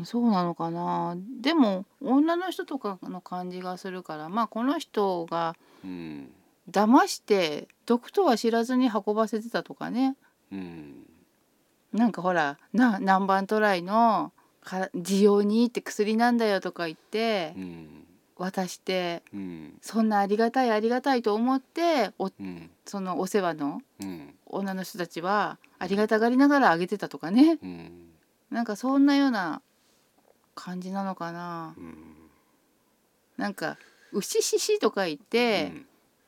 Speaker 2: うんそうなのかなでも女の人とかの感じがするからまあこの人が
Speaker 1: うん、
Speaker 2: 騙して毒とは知らずに運ばせてたとかね
Speaker 1: うん、
Speaker 2: なんかほらな南蛮トライのか需要にいいって薬なんだよとか言って
Speaker 1: うん、
Speaker 2: 渡して
Speaker 1: うん、
Speaker 2: そんなありがたいありがたいと思ってお
Speaker 1: うん、
Speaker 2: そのお世話の
Speaker 1: うん、
Speaker 2: 女の人たちはありがたがりながらあげてたとかね
Speaker 1: うん、
Speaker 2: なんかそんなような感じなのかな
Speaker 1: うん、
Speaker 2: なんか牛ししとか言って、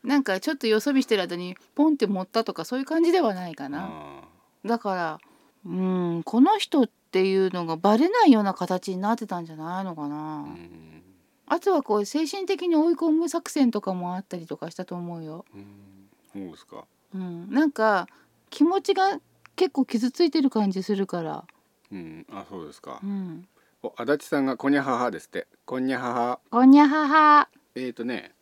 Speaker 2: なんかちょっとよそ見してる間にポンって持ったとかそういう感じではないか
Speaker 1: うん、
Speaker 2: な。
Speaker 1: あ
Speaker 2: だからうんこの人っていうのがバレないような形になってたんじゃないのかな、
Speaker 1: ー、うん、
Speaker 2: あとはこう精神的に追い込む作戦とかもあったりとかしたと思うよ、
Speaker 1: うん、そうですか。
Speaker 2: うん、なんか気持ちが結構傷ついてる感じするから、
Speaker 1: うん、あ、そうですか
Speaker 2: う。ん、
Speaker 1: お、足立さんがこにゃははですって。こにゃはは。
Speaker 2: おにゃはは、
Speaker 1: えーとね、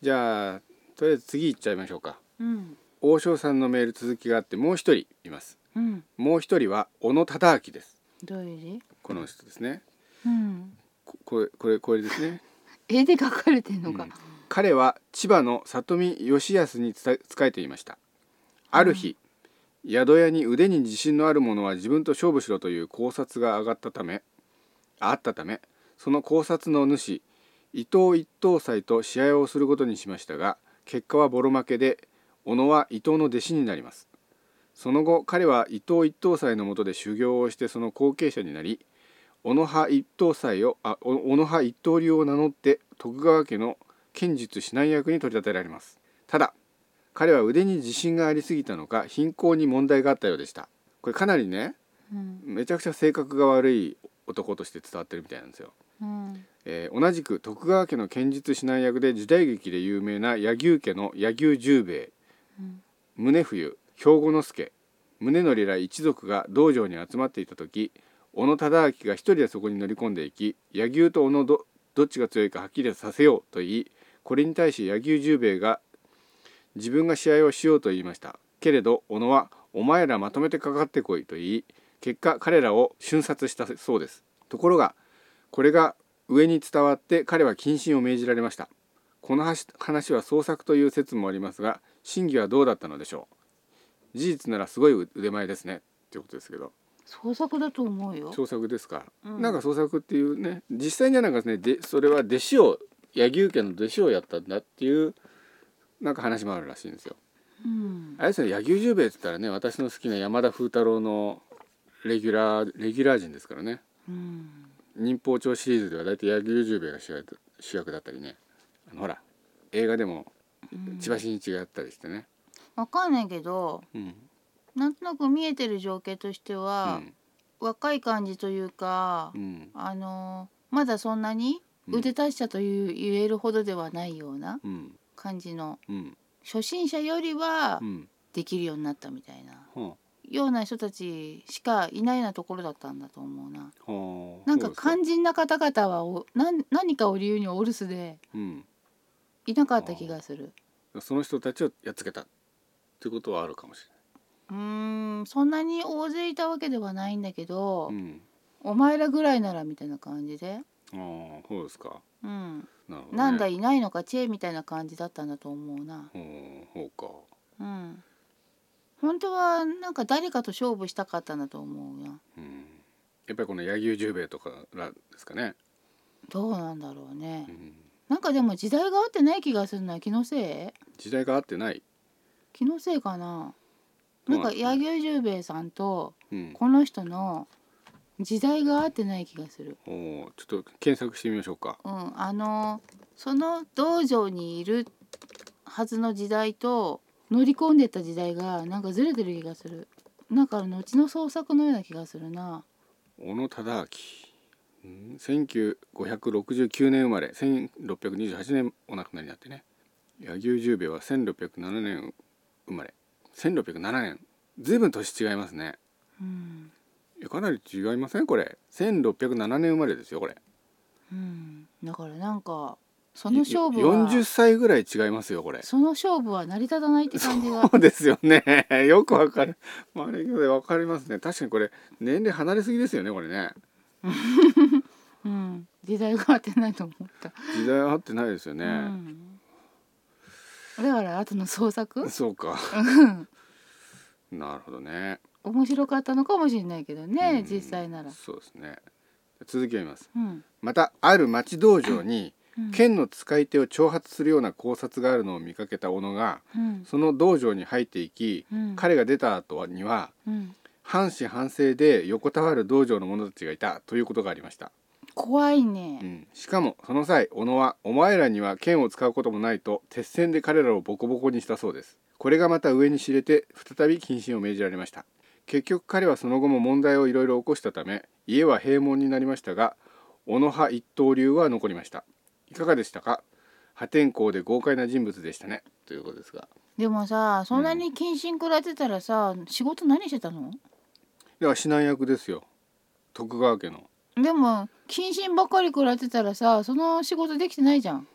Speaker 1: じゃあとりあえず次行っちゃいましょうか。
Speaker 2: うん
Speaker 1: 王将さんのメール続きがあってもう一人います。
Speaker 2: うん、
Speaker 1: もう一人は小野忠明です。
Speaker 2: どういう字、
Speaker 1: この人ですね。
Speaker 2: うん、
Speaker 1: ここれこれこれですね。
Speaker 2: 絵で描かれてんのか、
Speaker 1: うん彼は千葉の里見義康につた仕えていましたある日、宿屋に腕に自信のある者は自分と勝負しろという考察が上がったためあったためその考察の主伊藤一等斎と試合をすることにしましたが結果はボロ負けで小野は伊藤の弟子になりますその後彼は伊藤一等斎の下で修行をしてその後継者になり小野派一等斎をあお小野派一刀流を名乗って徳川家の剣術指南役に取り立てられますただ彼は腕に自信がありすぎたのか貧困に問題があったようでしたこれかなりね
Speaker 2: うん
Speaker 1: めちゃくちゃ性格が悪い男として伝わってるみたいなんですよ、
Speaker 2: うん
Speaker 1: えー同じく徳川家の剣術指南役で時代劇で有名な柳生家の柳生十兵衛
Speaker 2: うん
Speaker 1: 宗冬兵庫之助宗則ら一族が道場に集まっていた時小野忠明が一人でそこに乗り込んでいき柳生と小野どどっちが強いかはっきりさせようと言いこれに対し柳生十兵衛が自分が試合をしようと言いましたけれど小野は「お前らまとめてかかってこい」と言い結果彼らを瞬殺したそうですところがこれが上に伝わって彼は謹慎を命じられましたこの話話は創作という説もありますが真偽はどうだったのでしょう事実ならすごい腕前ですねっていうことですけど
Speaker 2: 創作だと思うよ
Speaker 1: 創作ですか、
Speaker 2: うん
Speaker 1: なんか創作っていうね実際にはなんかですねでそれは弟子を柳生家の弟子をやったんだっていうなんか話もあるらしいんですよ
Speaker 2: うん
Speaker 1: あれですね柳生十兵衛って言ったらね私の好きな山田風太郎のレギュラーレギュラー陣ですからね
Speaker 2: うん
Speaker 1: 忍法帳シリーズでは大体柳生十兵衛が主役主役だったりねあのほら映画でも
Speaker 2: うん
Speaker 1: 千葉真一がやったりしてね、
Speaker 2: わかんないけど
Speaker 1: うん
Speaker 2: なんとなく見えてる情景として
Speaker 1: う
Speaker 2: は、
Speaker 1: ん
Speaker 2: 若い感じというか、
Speaker 1: うん
Speaker 2: あのまだそんなに
Speaker 1: うん
Speaker 2: 腕達者という言えるほどではないような
Speaker 1: うん
Speaker 2: 感じの
Speaker 1: うん
Speaker 2: 初心者よりは
Speaker 1: うん
Speaker 2: できるようになったみたいな
Speaker 1: は
Speaker 2: ような人たちしかいないようなところだったんだと思うな。
Speaker 1: あはあ
Speaker 2: なんか
Speaker 1: そうですか
Speaker 2: 肝心な方々はおなん何かを理由にオルスで
Speaker 1: うん
Speaker 2: いなかった気がする。
Speaker 1: その人たちをやっつけたっていうことはあるかもし
Speaker 2: うーんそんなに大勢いたわけではないんだけど、
Speaker 1: れない。うん
Speaker 2: お前らぐらいならみたいな感じで、
Speaker 1: ああそうですか。
Speaker 2: うん、
Speaker 1: なるほどね
Speaker 2: なんだいないのか知恵みたいな感じだったんだと思うな。
Speaker 1: うんそうか。
Speaker 2: うん、本当はなんか誰かと勝負したかったんだと思うな。
Speaker 1: うんやっぱりこの柳生十兵衛とからですかね。
Speaker 2: どうなんだろうね
Speaker 1: う。ん
Speaker 2: なんかでも時代が合ってない気がするのは気のせい
Speaker 1: 時代が合ってない。
Speaker 2: 気のせいかな。
Speaker 1: ど
Speaker 2: な
Speaker 1: うんなん
Speaker 2: か
Speaker 1: ですか
Speaker 2: 柳生十兵衛さんと
Speaker 1: うん。
Speaker 2: この人の時代が合ってない気がする。
Speaker 1: おーちょっと検索してみましょうか。
Speaker 2: うん、あのその道場にいるはずの時代と乗り込んでった時代がなんかずれてる気がするなんか後の創作のような気がするな
Speaker 1: 小野忠明。うん1969年生まれ1628年お亡くなりになってね柳生十兵衛は1607年生まれ1607年随分年違いますね
Speaker 2: うん、
Speaker 1: えかなり違いませんこれ1607年生まれですよこれ
Speaker 2: うん、だからなんかその勝負
Speaker 1: よ
Speaker 2: は
Speaker 1: 40歳ぐらい違いますよこれ
Speaker 2: その勝負は成り立たないって感じが
Speaker 1: そうですよね よくわかる周りでわかりますね確かにこれ年齢離れすぎですよねこれね
Speaker 2: うん時代が合ってないと思った、
Speaker 1: 時代合ってないですよ
Speaker 2: う
Speaker 1: ね、
Speaker 2: ん、だから後の創作
Speaker 1: そうかなるほどね
Speaker 2: 面白かったのかもしれないけどね
Speaker 1: うん
Speaker 2: 実際なら。
Speaker 1: そうですね続きを読みます
Speaker 2: うん
Speaker 1: またある町道場に
Speaker 2: うん
Speaker 1: 剣の使い手を挑発するような考察があるのを見かけた小野が
Speaker 2: うん
Speaker 1: その道場に入っていき
Speaker 2: うん
Speaker 1: 彼が出た後には
Speaker 2: うん
Speaker 1: 半死半生で横たわる道場の者たちがいたということがありました、
Speaker 2: 怖いうね。
Speaker 1: ん、しかもその際小野は「お前らには剣を使うこともない」と鉄線で彼らをボコボコにしたそうですこれがまた上に知れて再び謹慎を命じられました結局彼はその後も問題をいろいろ起こしたため家は閉門になりましたが小野派一刀流は残りましたいかがでしたか破天荒で豪快な人物でしたねということですが
Speaker 2: でもさ、そんなに謹慎食らってたらさ、仕事何してたの？
Speaker 1: いや指南役ですよ徳川家の
Speaker 2: でも謹慎ばっかり食らってたらさ、その仕事できてないじゃん。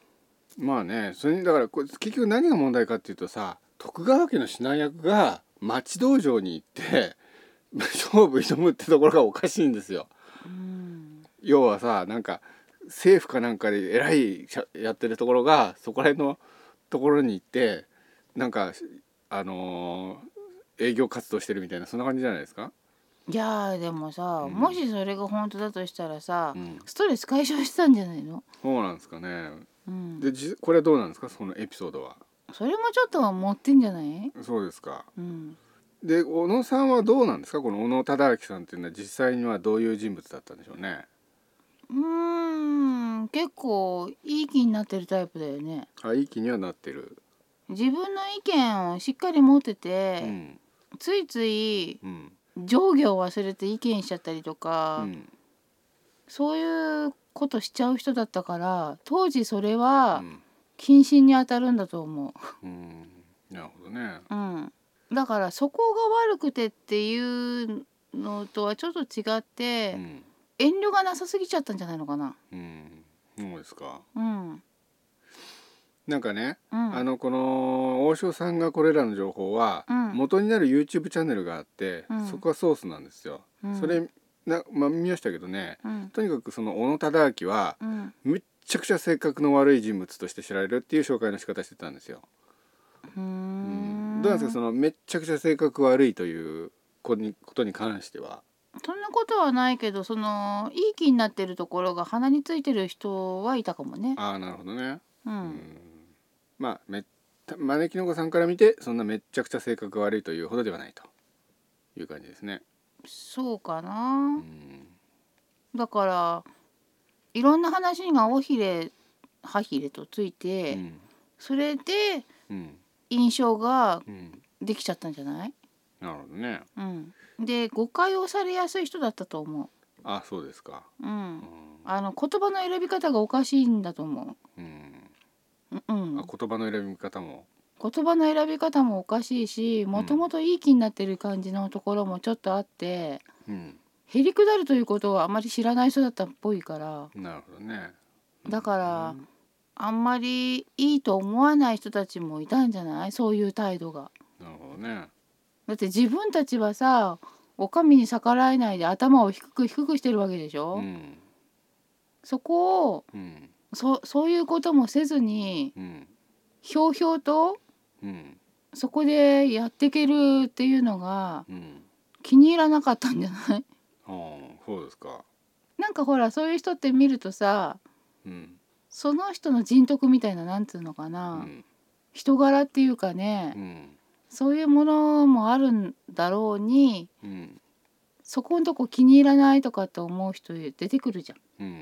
Speaker 1: まあねそれにだからこれ結局何が問題かっていうとさ徳川家の指南役が町道場に行って 勝負挑むってところがおかしいんですよ。
Speaker 2: うん。
Speaker 1: 要はさなんか政府かなんかで偉いしゃやってるところがそこら辺のところに行ってなんかあのー営業活動してるみたいなそんな感じじゃないですか。
Speaker 2: いやーでもさ、
Speaker 1: うん
Speaker 2: もしそれが本当だとしたらさ、
Speaker 1: うん、
Speaker 2: ストレス解消してたんじゃないの？
Speaker 1: そうなんですかね。
Speaker 2: うん。
Speaker 1: でじこれはどうなんですかそのエピソードは。
Speaker 2: それもちょっとは持ってんじゃない？
Speaker 1: そうですか。
Speaker 2: うん。
Speaker 1: で小野さんはどうなんですかこの小野忠明さんっていうのは実際にはどういう人物だったんでしょうね
Speaker 2: うーん結構いい気になってるタイプだよね
Speaker 1: あいい気にはなってる、
Speaker 2: 自分の意見をしっかり持ってて、
Speaker 1: うん
Speaker 2: ついつい
Speaker 1: うん
Speaker 2: 上下を忘れて意見しちゃったりと
Speaker 1: う
Speaker 2: か、
Speaker 1: ん
Speaker 2: そういうことしちゃう人だったから当時それ
Speaker 1: う
Speaker 2: は
Speaker 1: ん
Speaker 2: 謹慎に当たるんだと思
Speaker 1: うんなるほどね
Speaker 2: う、うん、だからそこが悪くてっていうのとはちょっと違っ
Speaker 1: う
Speaker 2: て、
Speaker 1: ん
Speaker 2: 遠慮がなさすぎちゃったんじゃないのかな
Speaker 1: うんそうですか
Speaker 2: うんうん
Speaker 1: なんかね、あ
Speaker 2: あ
Speaker 1: のこの王将さんがこれらの情報は
Speaker 2: うん
Speaker 1: 元になる YouTube チャンネルがあって、
Speaker 2: うん
Speaker 1: そこはソースなんですよ、
Speaker 2: うん
Speaker 1: それな、まあ、見ましたけどね
Speaker 2: うん
Speaker 1: とにかくその小野忠明は
Speaker 2: うん
Speaker 1: めっちゃくちゃ性格の悪い人物として知られるっていう紹介の仕方してたんですよ
Speaker 2: うーん
Speaker 1: どうなんですかそのめっちゃくちゃ性格悪いというこにことに関しては。
Speaker 2: そんなことはないけどそのいい気になってるところが鼻についてる人はいたかもね
Speaker 1: ああなるほどね。
Speaker 2: う
Speaker 1: うんん、まあめった招きの子さんから見てそんなめっちゃくちゃ性格悪いというほどではないという感じですね。
Speaker 2: そうかな、
Speaker 1: うん
Speaker 2: だからいろんな話が尾ひれ歯ひれとついうて、
Speaker 1: ん
Speaker 2: それで
Speaker 1: うん
Speaker 2: 印象が
Speaker 1: うん
Speaker 2: できちゃったんじゃない
Speaker 1: あなるほどね
Speaker 2: うん、で誤解をされやすい人だったと思
Speaker 1: あそうですか
Speaker 2: う、う、
Speaker 1: うんん、
Speaker 2: あの言葉の選び方がおかしいんだと思
Speaker 1: うん、
Speaker 2: う、う
Speaker 1: あ
Speaker 2: ん、
Speaker 1: 言葉の選び方も
Speaker 2: 言葉の選び方もおかしいしもともといい気になってる感じのところもちょっとあって、
Speaker 1: うん
Speaker 2: へりくだるということをあまり知らない人だったっぽいから
Speaker 1: なるほどね
Speaker 2: だから
Speaker 1: うん
Speaker 2: あんまりいいと思わない人たちもいたんじゃないそういう態度が。
Speaker 1: なるほどね
Speaker 2: だって自分たちはさお上に逆らえないで頭を低く低くしてるわけでしょ、
Speaker 1: うん
Speaker 2: そこを
Speaker 1: うん
Speaker 2: そそういうこともせずに
Speaker 1: うん
Speaker 2: ひょうひょうと
Speaker 1: うん
Speaker 2: そこでやっていけるっていうのが
Speaker 1: うん
Speaker 2: 気に入らなかったんじゃない
Speaker 1: あ あそうですか
Speaker 2: なんかほらそういう人って見るとさ
Speaker 1: うん
Speaker 2: その人の人徳みたいななんつうのか
Speaker 1: う
Speaker 2: な、
Speaker 1: ん
Speaker 2: 人柄っていうかね、
Speaker 1: うん
Speaker 2: そういうものもあるんだろうに
Speaker 1: うん
Speaker 2: そこのとこ気に入らないとかって思う人出てくるじ
Speaker 1: うん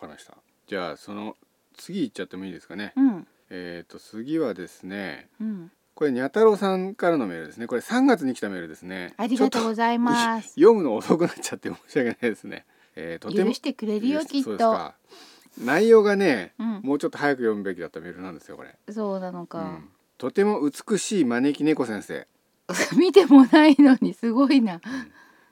Speaker 1: わかりましたじゃあその次行っちゃってもいいですかね
Speaker 2: ゃん。うん
Speaker 1: えっ、と次はですね
Speaker 2: うん、
Speaker 1: これにゃ太郎さんからのメールですねこれ3月に来たメールですね
Speaker 2: ありがとう
Speaker 1: ちょっ
Speaker 2: ございます。
Speaker 1: 読むの遅くなっちゃって申し訳ないですねえー、とても
Speaker 2: 許してくれるよ
Speaker 1: 許し
Speaker 2: きっ
Speaker 1: そうです
Speaker 2: と。
Speaker 1: か内容がね
Speaker 2: うん、
Speaker 1: もうちょっと早く読むべきだったメールなんですよこれ、
Speaker 2: そうなの
Speaker 1: う
Speaker 2: か
Speaker 1: ん。、とても美しい招き猫先生
Speaker 2: 見てもないのにすごいな。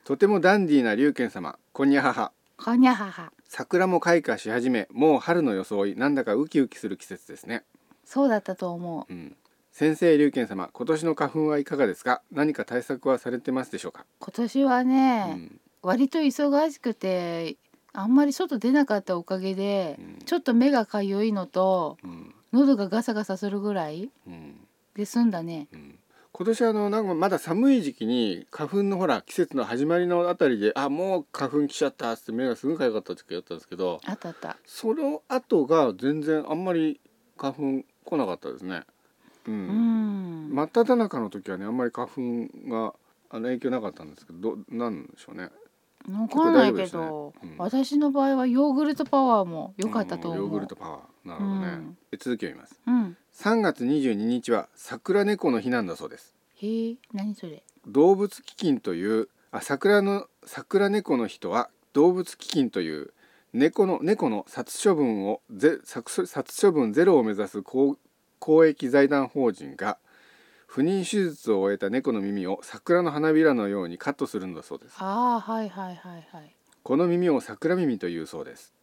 Speaker 1: とてもダンディーな龍賢様こんにゃはは
Speaker 2: はにゃはは。
Speaker 1: 桜も開花し始めもう春の装いなんだかウキウキする季節ですね、
Speaker 2: そうだったと思う。
Speaker 1: うん、先生龍賢様今年の花粉はいかがですか何か対策はされてますでしょうか、
Speaker 2: 今年は
Speaker 1: う
Speaker 2: ね、
Speaker 1: ん
Speaker 2: 割と忙しくてあんまり外出なかったおかげで、
Speaker 1: うん
Speaker 2: ちょっと目がかゆいのと
Speaker 1: うん
Speaker 2: 喉がガサガサするぐらい
Speaker 1: うん
Speaker 2: で済んだね。
Speaker 1: うん、今年あのなんかまだ寒い時期に花粉のほら季節の始まりのあたりであもう花粉来ちゃったっつって目がすごいかゆかった時やったんですけど
Speaker 2: あったあった。
Speaker 1: その後が全然あんまり花粉来なかったですね。う、
Speaker 2: うんん。
Speaker 1: 真っ只中の時はねあんまり花粉があの影響なかったんですけどどなんでしょうね。
Speaker 2: わかんな
Speaker 1: 結構大丈
Speaker 2: いけど、
Speaker 1: 夫でしたねうん
Speaker 2: 私の場合はヨーグルトパワーも良かったと思
Speaker 1: ん
Speaker 2: う。
Speaker 1: ヨーグルトパワーなるほどね。
Speaker 2: うん
Speaker 1: え続きを見ます。
Speaker 2: うん。
Speaker 1: 3月22日は桜猫の日なんだそうです。
Speaker 2: へえ、何それ。
Speaker 1: 動物基金というあ桜の桜猫の人は動物基金という猫の猫の殺処分をぜ殺殺処分ゼロを目指す公公益財団法人が不妊手術を終えた猫の耳を桜の花びらのようにカットするんだそうです
Speaker 2: ああ、はいはいはいはい。
Speaker 1: この耳を桜耳というそうです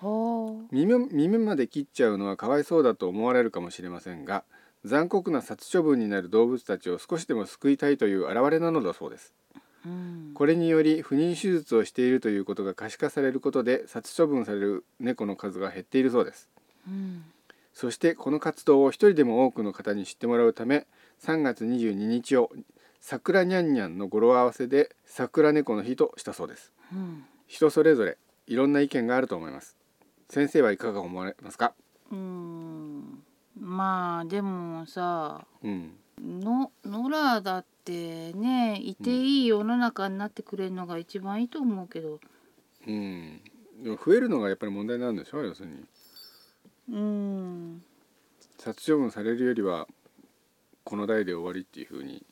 Speaker 2: ほう。
Speaker 1: 耳耳まで切っちゃうのはかわいそうだと思われるかもしれませんが残酷な殺処分になる動物たちを少しでも救いたいという表れなのだそうです
Speaker 2: うん。
Speaker 1: これにより不妊手術をしているということが可視化されることで殺処分される猫の数が減っているそうです
Speaker 2: うん。
Speaker 1: そしてこの活動を一人でも多くの方に知ってもらうため3月22日を桜にゃんにゃんの語呂合わせで桜猫の日としたそうです
Speaker 2: うん。
Speaker 1: 人それぞれいろんな意見があると思います先生はいかが思われますか
Speaker 2: うん。まあ、でもさ。
Speaker 1: うん
Speaker 2: の、ノラだってね、いていい世の中になってくれるのが一番いいと思うけど。
Speaker 1: うんでも増えるのがやっぱり問題なんでしょ要するに
Speaker 2: うん。
Speaker 1: 殺処分されるよりはこの代で終わりっていうふうに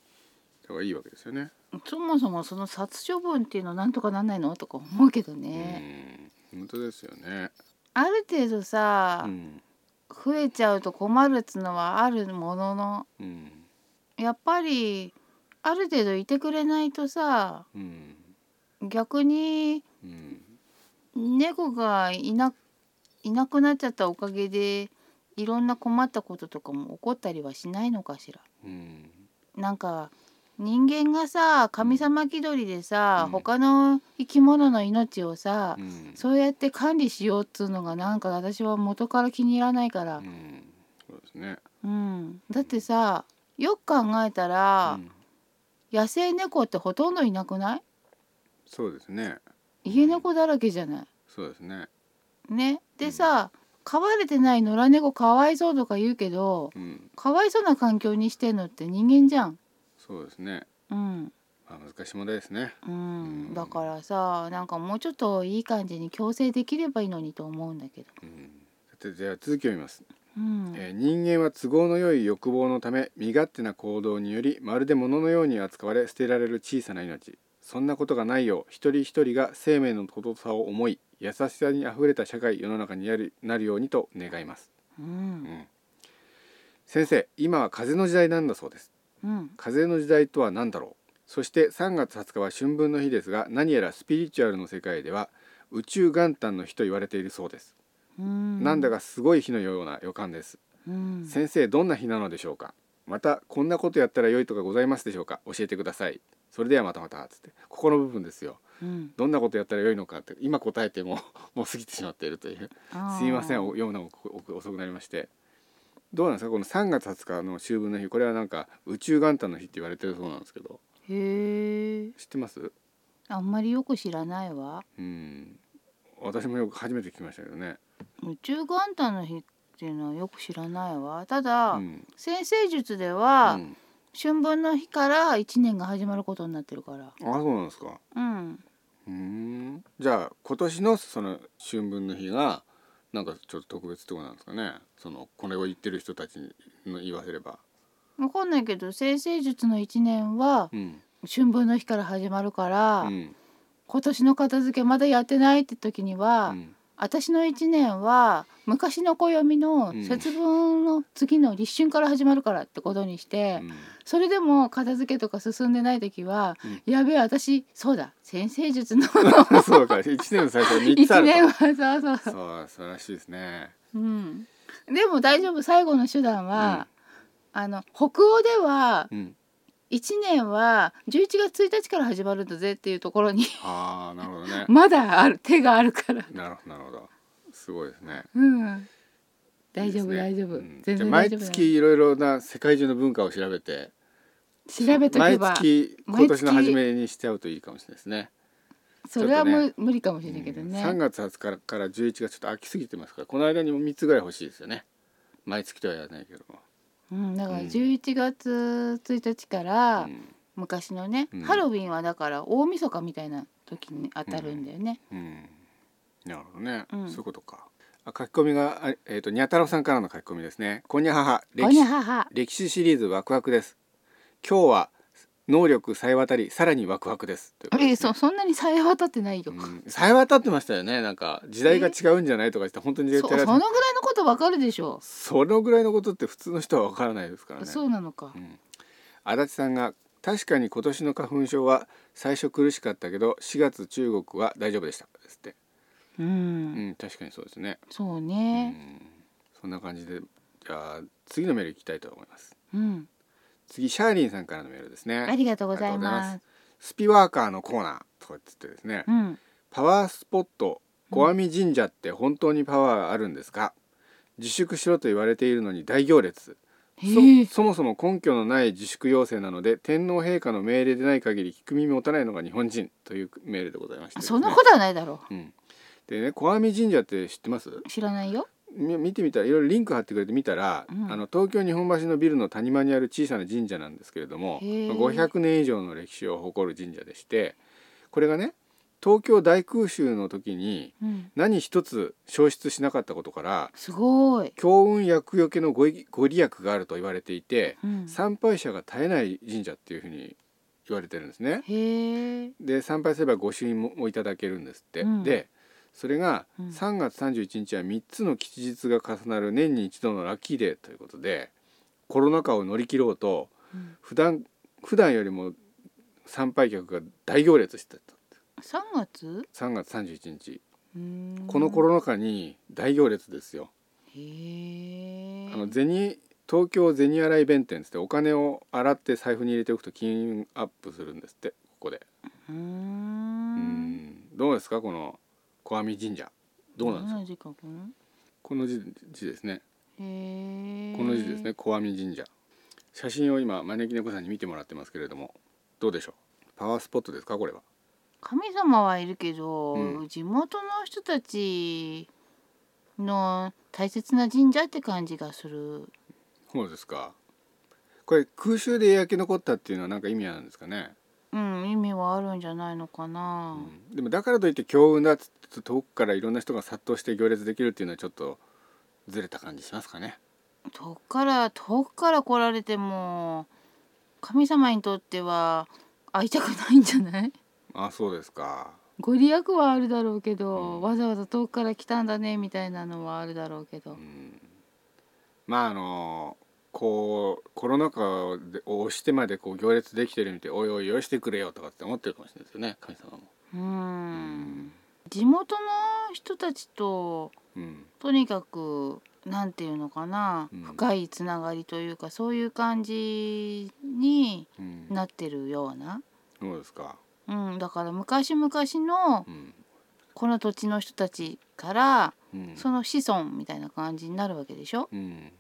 Speaker 1: した方がいいわけですよね
Speaker 2: そもそもその殺処分っていうのなんとかなんないのとか思うけどね。
Speaker 1: うん本当ですよね。
Speaker 2: ある程度
Speaker 1: う
Speaker 2: さ、
Speaker 1: ん、
Speaker 2: 増えちゃうと困るっつのはあるものの
Speaker 1: うん、
Speaker 2: やっぱりある程度いてくれないとさ
Speaker 1: うん、
Speaker 2: 逆に
Speaker 1: うん、
Speaker 2: 猫がいないなくなっちゃったおかげでいろんな困ったこととかも起こったりはしないのかしら。
Speaker 1: うん、
Speaker 2: なんか人間がさ神様気取りでさ、
Speaker 1: うん
Speaker 2: 他の生き物の命をさ、
Speaker 1: うん、
Speaker 2: そうやって管理しようっつうのがなんか私は元から気に入らないから、
Speaker 1: うん、そうですね。
Speaker 2: うん、だってさよく考えたら、
Speaker 1: うん
Speaker 2: 野生猫ってほとんどいなくない
Speaker 1: そうですね。
Speaker 2: 家猫だらけじゃない
Speaker 1: そうですね。
Speaker 2: ねでさ、飼われてない野良猫かわいそうとか言うけど
Speaker 1: うん、
Speaker 2: かわいそうな環境にしてんのって人間じゃん。
Speaker 1: そうですね。
Speaker 2: うん
Speaker 1: まあ難しい問題ですね。
Speaker 2: うん、だからさなんかもうちょっといい感じに矯正できればいいのにと思うんだけど。
Speaker 1: うん、さてじゃあ続きを見ます。
Speaker 2: ううん
Speaker 1: えー人間は都合の良い欲望のため身勝手な行動によりまるで物のように扱われ捨てられる小さな命そんなことがないよう一人一人が生命の尊さを思い優しさにあふれた社会世の中になるなるようにと願います、
Speaker 2: う
Speaker 1: うんん、先生今は風の時代なんだそうです
Speaker 2: うん
Speaker 1: 風の時代とは何だろうそして3月20日は春分の日ですが何やらスピリチュアルの世界では宇宙元旦の日と言われているそうです、
Speaker 2: うん
Speaker 1: なんだかすごい日のような予感です
Speaker 2: うん
Speaker 1: 先生どんな日なのでしょうかまたこんなことやったら良いとかございますでしょうか教えてくださいそれではまたまたつってここの部分ですよ
Speaker 2: うん
Speaker 1: どんなことやったら良いのかって今答えても もう過ぎてしまっているという
Speaker 2: あー
Speaker 1: すいませんお読むのもおお遅くなりましてどうなんですかこの3月20日の秋分の日これはなんか宇宙元旦の日って言われてるそうなんですけど
Speaker 2: へえ
Speaker 1: 知ってます
Speaker 2: あんまりよく知らないわ
Speaker 1: うん私もよく初めて聞きましたけどね、
Speaker 2: 宇宙元旦の日っていうのはよく知らないわただ、
Speaker 1: うん
Speaker 2: 先生術で
Speaker 1: う
Speaker 2: は、
Speaker 1: ん、
Speaker 2: 春分の日から一年が始まることになってるから
Speaker 1: あそうなんですか
Speaker 2: うん
Speaker 1: うーんじゃあ今年のその春分の日がなんかちょっと特別ってことなんですかねそのこれを言ってる人たちに言わせれば、
Speaker 2: わかんないけど先生術の一年は
Speaker 1: うん
Speaker 2: 春分の日から始まるから、
Speaker 1: うん
Speaker 2: 今年の片付けまだやってないって時に
Speaker 1: う
Speaker 2: は、
Speaker 1: ん、
Speaker 2: 私の一年は昔の暦の
Speaker 1: うん
Speaker 2: 節分の次の立春から始まるからってことにして、
Speaker 1: うん
Speaker 2: それでも片付けとか進んでない時は、
Speaker 1: う
Speaker 2: やべえ私そうだ先生 術の
Speaker 1: そうか1年の最初に3
Speaker 2: 一
Speaker 1: つある
Speaker 2: 年はそうそう
Speaker 1: とそう素晴らしいですね
Speaker 2: うん、でも大丈夫最後の手段は、あの北欧では
Speaker 1: うん
Speaker 2: 1年は11月1日から始まるんだぜっていうと ころに
Speaker 1: ああなるほどね
Speaker 2: まだある手があるから、
Speaker 1: なるほどなるほどすごいですね
Speaker 2: うん、大丈夫
Speaker 1: いいですね
Speaker 2: 大丈夫、
Speaker 1: うん
Speaker 2: 全
Speaker 1: じゃあ
Speaker 2: 然大
Speaker 1: 毎
Speaker 2: 丈夫だよ
Speaker 1: 月いろいろな世界中の文化を調べて
Speaker 2: 調べとけ
Speaker 1: 毎
Speaker 2: ば
Speaker 1: 月今年の初めにしちゃうといいかもしれないですね
Speaker 2: それは
Speaker 1: ちょっと
Speaker 2: もう無理かもしれないけど
Speaker 1: うん3
Speaker 2: ね。
Speaker 1: 月20日からから11月ちょっと空きすぎてますからこの間にも3つぐらい欲しいですよね毎月とはやらないけども、
Speaker 2: うん、だから
Speaker 1: うん
Speaker 2: 11月1日から
Speaker 1: うん
Speaker 2: 昔のね、
Speaker 1: うん
Speaker 2: ハロウィンはだから大晦日みたいな時に当たるんだよね。
Speaker 1: うんなるほどね、
Speaker 2: うん
Speaker 1: そういうことかあ書き込みがあえっ、とにゃ太郎さんからの書き込みですねこんにゃはは
Speaker 2: こ
Speaker 1: 歴
Speaker 2: にゃ
Speaker 1: 史
Speaker 2: はは。
Speaker 1: 歴史シリーズワクワクです今日は能力さえ渡りさらにワクワクですということ
Speaker 2: え
Speaker 1: で
Speaker 2: え
Speaker 1: すね
Speaker 2: そそんなにさえ渡ってない
Speaker 1: う
Speaker 2: よ。
Speaker 1: んさえ渡ってましたよねなんか時代が違うんじゃないとか言って本当に時
Speaker 2: そ
Speaker 1: 代
Speaker 2: そ
Speaker 1: が違
Speaker 2: の
Speaker 1: う
Speaker 2: ぐらいのことわかるでしょ
Speaker 1: そのぐらいのことって普通の人はわからないですから
Speaker 2: う。
Speaker 1: ね
Speaker 2: そうなのか
Speaker 1: う。ん足立さんが確かに今年の花粉症は最初苦しかったけど4月中国は大丈夫でしたですって
Speaker 2: うん、
Speaker 1: うん確かにそうですね、
Speaker 2: そう
Speaker 1: う
Speaker 2: ね。
Speaker 1: ん、そんな感じでじゃあ次のメールいきたいと思います
Speaker 2: うん、
Speaker 1: 次シャーリンさんからのメールですね
Speaker 2: ありがとうござい
Speaker 1: あ
Speaker 2: ま
Speaker 1: り
Speaker 2: す。
Speaker 1: スピワーカーのコーナーとかっつってですね
Speaker 2: うん、
Speaker 1: パワースポット小網神社って本当にパワーあるんですか自粛しろと言われているのに大行列
Speaker 2: へえ
Speaker 1: そ、そもそも根拠のない自粛要請なので天皇陛下の命令でない限り聞く耳持たないのが日本人というメールでございましてですね、
Speaker 2: そんなことはないだろ
Speaker 1: うん、でね小網神社って知ってます
Speaker 2: う。知らないよ。
Speaker 1: み見てみたらいろいろリンク貼ってくれて見たら、
Speaker 2: うん
Speaker 1: あの東京日本橋のビルの谷間にある小さな神社なんですけれども
Speaker 2: へー
Speaker 1: 500年以上の歴史を誇る神社でしてこれがね東京大空襲の時に
Speaker 2: うん、
Speaker 1: 何一つ消失しなかったことから
Speaker 2: すごい。
Speaker 1: 強運厄除けのごいご利益があると言われていて、
Speaker 2: うん、
Speaker 1: 参拝者が絶えない神社っていうふうに言われてるんですね。
Speaker 2: へえ、
Speaker 1: で参拝すれば御朱印もいただけるんですって。
Speaker 2: うん
Speaker 1: でそれが
Speaker 2: うん
Speaker 1: 3月31日は3つの吉日が重なる年に一度のラッキーデーということでコロナ禍を乗り切ろうと
Speaker 2: うん
Speaker 1: 普段普段よりも参拝客が大行列してた
Speaker 2: 三月？
Speaker 1: 3月31日
Speaker 2: うん
Speaker 1: このコロナ禍に大行列ですよ。
Speaker 2: へえ
Speaker 1: あの銭東京銭洗弁天つってお金を洗って財布に入れておくと金運アップするんですってここで
Speaker 2: うー
Speaker 1: うんんどうですかこの小網神社どうなんですか
Speaker 2: ど字書くの
Speaker 1: この字字ですね
Speaker 2: へえ
Speaker 1: この字ですね小網神社写真を今招き猫さんに見てもらってますけれどもどうでしょうパワースポットですかこれは
Speaker 2: 神様はいるけど、
Speaker 1: うん
Speaker 2: 地元の人たちの大切な神社って感じがする
Speaker 1: そうですかこれ空襲で焼け残ったっていうのは何か意味あるんですかね、
Speaker 2: うん意味はあるんじゃないのかな、
Speaker 1: うんでもだからといって強運だっつって遠くからいろんな人が殺到して行列できるっていうのはちょっとずれた感じしますかね
Speaker 2: 遠くから遠くから来られても神様にとっては会いたくないんじゃない
Speaker 1: あそうですか
Speaker 2: ご利益はあるだろうけど、
Speaker 1: うん
Speaker 2: わざわざ遠くから来たんだねみたいなのはあるだろうけど、
Speaker 1: うんまああのこうコロナ禍でを押してまでこう行列できてるの見て「おいおいおいしてくれよ」とかって思ってるかもしれないですよね神様も。
Speaker 2: うん
Speaker 1: うん
Speaker 2: 地元の人たちと
Speaker 1: うん
Speaker 2: とにかくなんていうのかな、
Speaker 1: うん
Speaker 2: 深いつながりというかそういう感じに
Speaker 1: うん、
Speaker 2: なってるような、
Speaker 1: そうですか。
Speaker 2: うん、だから昔々の
Speaker 1: うん
Speaker 2: この土地の人たちから
Speaker 1: うん
Speaker 2: その子孫みたいな感じになるわけでしょ
Speaker 1: うん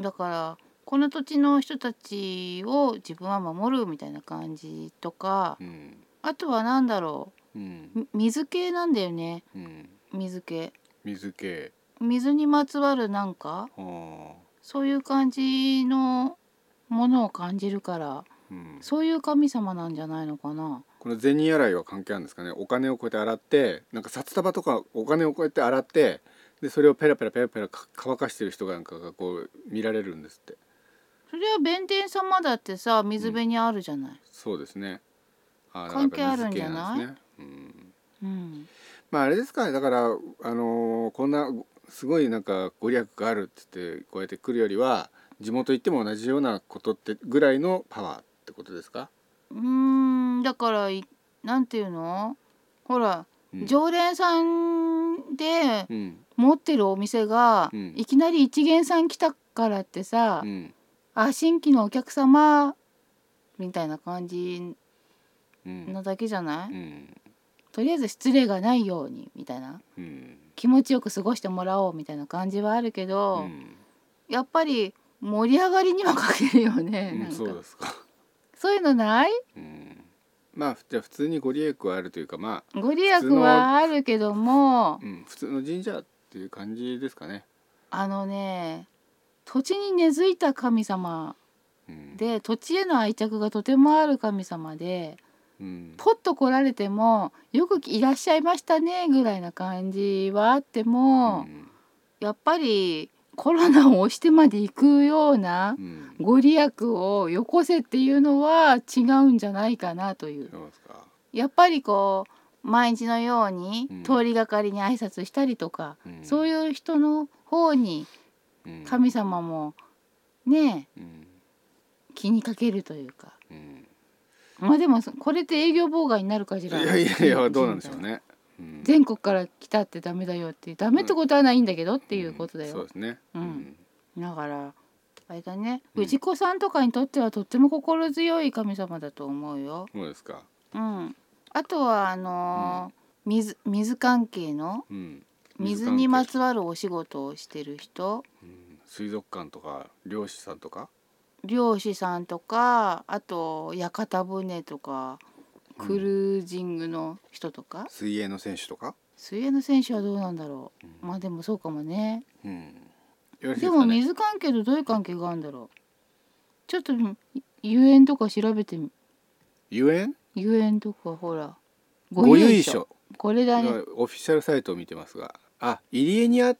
Speaker 2: だからこの土地の人たちを自分は守るみたいな感じとか
Speaker 1: うん
Speaker 2: あとは何だろ
Speaker 1: うん
Speaker 2: うみ水系なんだよね
Speaker 1: うん
Speaker 2: 水系
Speaker 1: 水系
Speaker 2: 水にまつわるなんか
Speaker 1: あー
Speaker 2: そういう感じのものを感じるから
Speaker 1: うん、
Speaker 2: そういう神様なんじゃないのかな
Speaker 1: この銭洗いは関係あるんですかねお金をこうやって洗ってなんか札束とかお金をこうやって洗ってでそれをペラペラペラペラか乾かしてる人なんかがこう見られるんですって
Speaker 2: それは弁天様だってさ水辺にあるじゃない、
Speaker 1: そうですねあー
Speaker 2: 関係あるんじゃ
Speaker 1: だから
Speaker 2: ない
Speaker 1: 水系んですねうん
Speaker 2: うん、
Speaker 1: まああれですかねだからあのーこんなすごいなんかご利益があるって言ってこうやって来るよりは地元行っても同じようなことってぐらいのパワーってことですか、
Speaker 2: うーんだからいなんていうのほら、
Speaker 1: うん、
Speaker 2: 常連さんで
Speaker 1: うん
Speaker 2: 持ってるお店が、
Speaker 1: うん
Speaker 2: いきなり一元さん来たからってさ、
Speaker 1: うん
Speaker 2: あ新規のお客様みたいな感じ
Speaker 1: うん
Speaker 2: なだけじゃない、
Speaker 1: うん
Speaker 2: とりあえず失礼がないようにみたいな
Speaker 1: うん
Speaker 2: 気持ちよく過ごしてもらおうみたいな感じはあるけ
Speaker 1: う
Speaker 2: ど、
Speaker 1: ん
Speaker 2: やっぱり盛り上がりには欠けるよね、
Speaker 1: うん
Speaker 2: なんか
Speaker 1: そ
Speaker 2: そうう
Speaker 1: ですか
Speaker 2: いうのない
Speaker 1: うんまあじゃあ普通にご利益はあるというかま
Speaker 2: ご利益はあるけども
Speaker 1: あ、うん、普通の神社っていう感じですかね。
Speaker 2: あのね土地に根付いた神様
Speaker 1: うん、、
Speaker 2: で土地への愛着がとてもある神様で
Speaker 1: うん、
Speaker 2: ポッと来られてもよくいらっしゃいましたねぐらいな感じはあっても、
Speaker 1: うん
Speaker 2: やっぱりコロナを押してまで行くような
Speaker 1: うん、
Speaker 2: ご利益をよこせっていうのは違うんじゃないかなという
Speaker 1: そうですか。
Speaker 2: やっぱりこう毎日のように
Speaker 1: うん
Speaker 2: 通りがかりに挨拶したりとか、
Speaker 1: うん、
Speaker 2: そう
Speaker 1: い
Speaker 2: いう人の方に
Speaker 1: うん
Speaker 2: 神、様もね
Speaker 1: うん
Speaker 2: 気にかけるというか
Speaker 1: うん、
Speaker 2: まあでもそこれって営業妨害になるかし
Speaker 1: い
Speaker 2: ら
Speaker 1: やいやいやどうなんでしょうね。うん、っ
Speaker 2: 全国から来たってダメだよっていうダメってことはないんだけどっていうことだよ、
Speaker 1: そうですね。
Speaker 2: うんだからあれだね、
Speaker 1: うん
Speaker 2: 藤子さんとかにとってはとっても心強い神様だと思うよ。
Speaker 1: そうですか。
Speaker 2: うん、あとはあのー水水関係の
Speaker 1: うん。
Speaker 2: 水にま
Speaker 1: 関
Speaker 2: つわるお仕事をしてる人
Speaker 1: 係、うん、水族館とか漁師さんとか、
Speaker 2: 漁師さんとかあと屋形船とか
Speaker 1: うん
Speaker 2: クルージングの人とか、
Speaker 1: 水泳の選手とか。
Speaker 2: 水泳の選手はどうなんだろ
Speaker 1: うん
Speaker 2: うまあでもそうかもね
Speaker 1: うん。よろしい
Speaker 2: ですも
Speaker 1: かね。
Speaker 2: 水関係とどういう関係があるんだろうちょっとい遊園とか調べてみ
Speaker 1: 遊園？
Speaker 2: 遊園とかほら
Speaker 1: ご由緒。
Speaker 2: これだね
Speaker 1: オフィシャルサイトを見てますがあ入江にあっ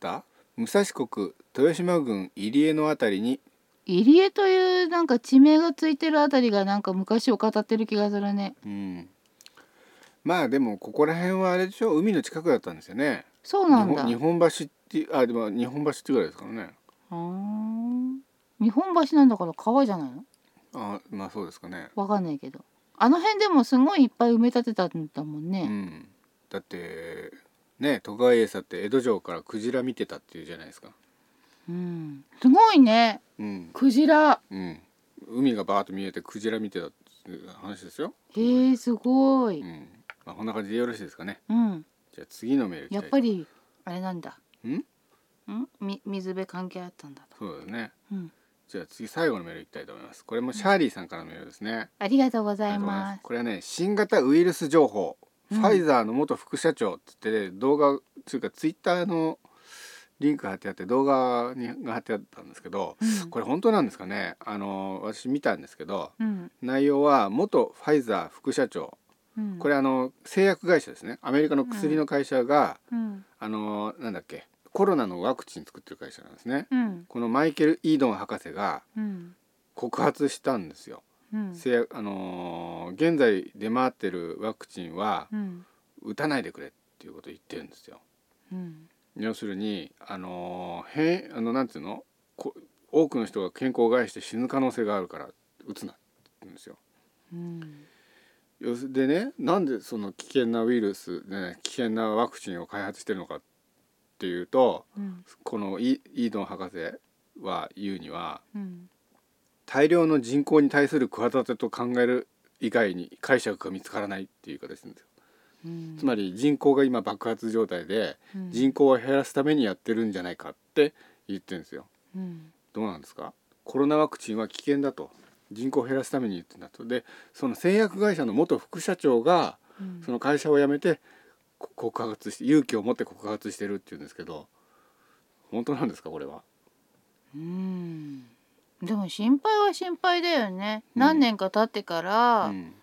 Speaker 1: た武蔵国豊島郡入江のあたりに
Speaker 2: 入江というなんか地名がついてるあたりがなんか昔を語ってる気がするね
Speaker 1: うんまあでもここら辺はあれでしょ海の近くだったんですよね
Speaker 2: そうなんだ
Speaker 1: 日本日本橋ってあでも日本橋ってぐらいですからね
Speaker 2: あー日本橋なんだから川じゃないの
Speaker 1: あまあそうですかね
Speaker 2: わかんないけどあの辺でもすごいいっぱい埋め立てたんだもん
Speaker 1: う
Speaker 2: ね、
Speaker 1: んだってね徳川家康って江戸城からクジラ見てたっていうじゃないですか
Speaker 2: うんすごいね
Speaker 1: うん
Speaker 2: クジラ
Speaker 1: うん海がバーッと見えてクジラ見てたっていう話ですよ
Speaker 2: へえすごい
Speaker 1: うんまあこんな感じでよろしいですかね
Speaker 2: うん
Speaker 1: じゃあ次のメールいきた
Speaker 2: や
Speaker 1: い
Speaker 2: っ
Speaker 1: と思います
Speaker 2: ぱりあれなんだ
Speaker 1: ん
Speaker 2: んみ水辺関係あったんだと、
Speaker 1: そうだね
Speaker 2: うん、
Speaker 1: じゃあ次最後のメールいきたいと思いますこれもシャーリーさんからのメールですね
Speaker 2: ありがとうご
Speaker 1: あ
Speaker 2: ざい
Speaker 1: りがとうござい
Speaker 2: ま
Speaker 1: ますこれはね新型ウイルス情報、
Speaker 2: うん
Speaker 1: ファイザーの元副社長っつって動画というかツイッターのリンク貼ってあって動画にが貼ってあったんですけど
Speaker 2: うん
Speaker 1: これ本当なんですかねあの私見たんですけど
Speaker 2: うん
Speaker 1: 内容は元ファイザー副社長
Speaker 2: うん、
Speaker 1: これあの製薬会社ですねアメリカの薬の会社が、
Speaker 2: うん
Speaker 1: あのなんだっけコロナのワクチン作ってる会社なんですね
Speaker 2: うん
Speaker 1: このマイケル・イードン博士が
Speaker 2: うん
Speaker 1: 告発したんですよ、
Speaker 2: うん
Speaker 1: 製薬あのー現在出回ってるワクチンは
Speaker 2: うん
Speaker 1: 打たないでくれっていうことを言ってるんですよ
Speaker 2: うん
Speaker 1: 要するにあの変あのなんていうのこ多くの人が健康を害して死ぬ可能性があるから打つなって言うんですよ。
Speaker 2: うん
Speaker 1: 要すでねなんでその危険なウイルス、ね、危険なワクチンを開発してるのかっていうと
Speaker 2: うん
Speaker 1: このイイードン博士は言うには
Speaker 2: うん
Speaker 1: 大量の人口に対する企てと考える以外に解釈が見つからないっていう言い方してるんですよ。
Speaker 2: うん
Speaker 1: つまり人口が今爆発状態で
Speaker 2: うん
Speaker 1: 人口を減らすためにやってるんじゃないかって言ってるんですよ。
Speaker 2: うん
Speaker 1: どうなんですかコロナワクチンは危険だと人口を減らすために言ってんだとでその製薬会社の元副社長が
Speaker 2: うん
Speaker 1: その会社を辞めてこ告発して勇気を持って告発してるって言うんですけど本当なんですかこれは
Speaker 2: うんでも心配は心配だよね、
Speaker 1: うん
Speaker 2: 何年か経ってから、
Speaker 1: うん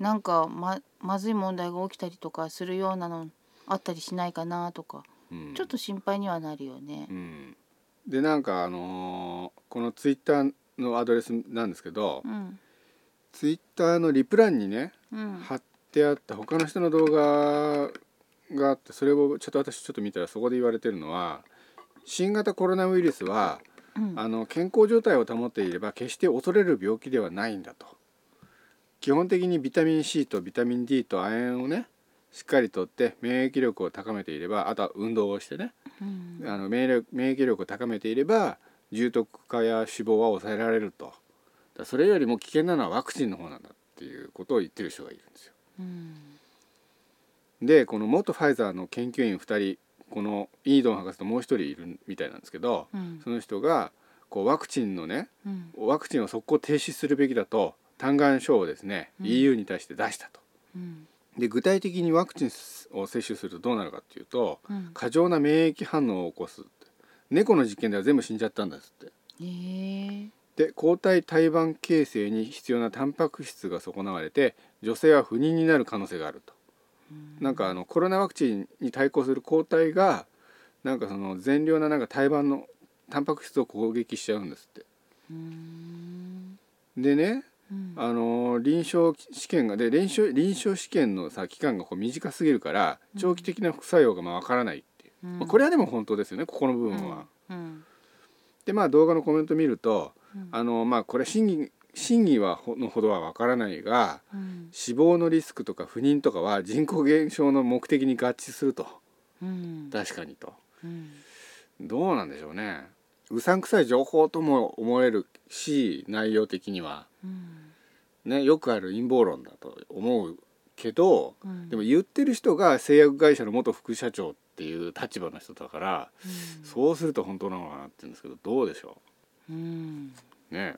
Speaker 2: なんかままずい問題が起きたりとかするようなのあったりしないかなとか、
Speaker 1: うん
Speaker 2: ちょっと心配にはなるよね
Speaker 1: う。んでなんかあのーこのツイッターのアドレスなんですけど、
Speaker 2: うん、
Speaker 1: ツイッターのリプ欄にね
Speaker 2: うん、
Speaker 1: 貼ってあった他の人の動画があってそれをちょっと私ちょっと見たらそこで言われてるのは新型コロナウイルスは
Speaker 2: うん、
Speaker 1: あの健康状態を保っていれば決して恐れる病気ではないんだと基本的にビタミン C とビタミン D と亜鉛をねしっかりとって免疫力を高めていればあとは運動をしてね
Speaker 2: うん、
Speaker 1: あの免疫力免疫力を高めていれば重篤化や死亡は抑えられるとだからそれよりも危険なのはワクチンの方なんだっていうことを言ってる人がいるんですよ。
Speaker 2: うん、
Speaker 1: でこの元ファイザーの研究員2人このイードン博士ともう1人いるみたいなんですけど
Speaker 2: うん
Speaker 1: その人がこうワクチンのね
Speaker 2: うん、
Speaker 1: ワクチンを即効停止するべきだと嘆願書をですね、
Speaker 2: うん
Speaker 1: EU に対して出したと。
Speaker 2: うん、
Speaker 1: で具体的にワクチンを接種するとどうなるかっていうと
Speaker 2: うん、
Speaker 1: 過剰な免疫反応を起こすって猫の実験では全部死んじゃったんですって。
Speaker 2: ええ
Speaker 1: で抗体胎盤形成に必要なタンパク質が損なわれて女性は不妊になる可能性があると。なんかあのコロナワクチンに対抗する抗体がなんかその善良ななんか胎盤のタンパク質を攻撃しちゃうんですって。
Speaker 2: うん、
Speaker 1: でね、
Speaker 2: うん、
Speaker 1: あのー臨床試験がで臨床臨床試験のさ期間がこう短すぎるから
Speaker 2: うん
Speaker 1: 長期的な副作用がまあわからないっていう、
Speaker 2: うん
Speaker 1: まあ、これはでも本当ですよねここの部分は。
Speaker 2: うん、
Speaker 1: でまあ動画のコメント見ると
Speaker 2: うん、
Speaker 1: あのーまあこれ真偽真偽はほのほどはわからないが
Speaker 2: うん、
Speaker 1: 死亡のリスクとか不妊とかは人口減少の目的に合致すると
Speaker 2: うん、
Speaker 1: 確かにと。
Speaker 2: うん、
Speaker 1: どうなんでしょうねうさんくさい情報とも思えるし内容的には、
Speaker 2: うん、
Speaker 1: ね、よくある陰謀論だと思うけど
Speaker 2: うん、
Speaker 1: でも言ってる人が製薬会社の元副社長っていう立場の人だから
Speaker 2: うん、
Speaker 1: そうすると本当なのかなって言うんですけどどうでしょ
Speaker 2: うん、
Speaker 1: うね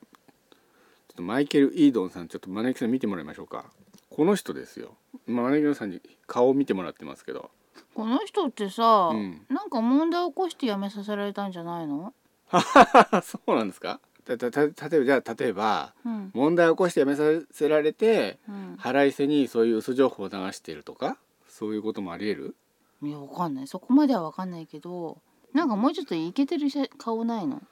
Speaker 1: ちょっとマイケル・イードンさんちょっとマネキさん見てもらいましょうかこの人ですよまあマネキさんに顔を見てもらってますけど
Speaker 2: この人ってさ、
Speaker 1: うん
Speaker 2: なんか問題起こして辞めさせられたんじゃないの？
Speaker 1: あそうなんですかたたた例えばじゃあ例えば
Speaker 2: うん、
Speaker 1: 問題を起こしてやめさせられて
Speaker 2: うん。
Speaker 1: 腹いせにそういう嘘情報を流しているとかそういうこともあり得る
Speaker 2: いやわかんないそこまではわかんないけどなんかもうちょっとイケてるしゃ顔ないの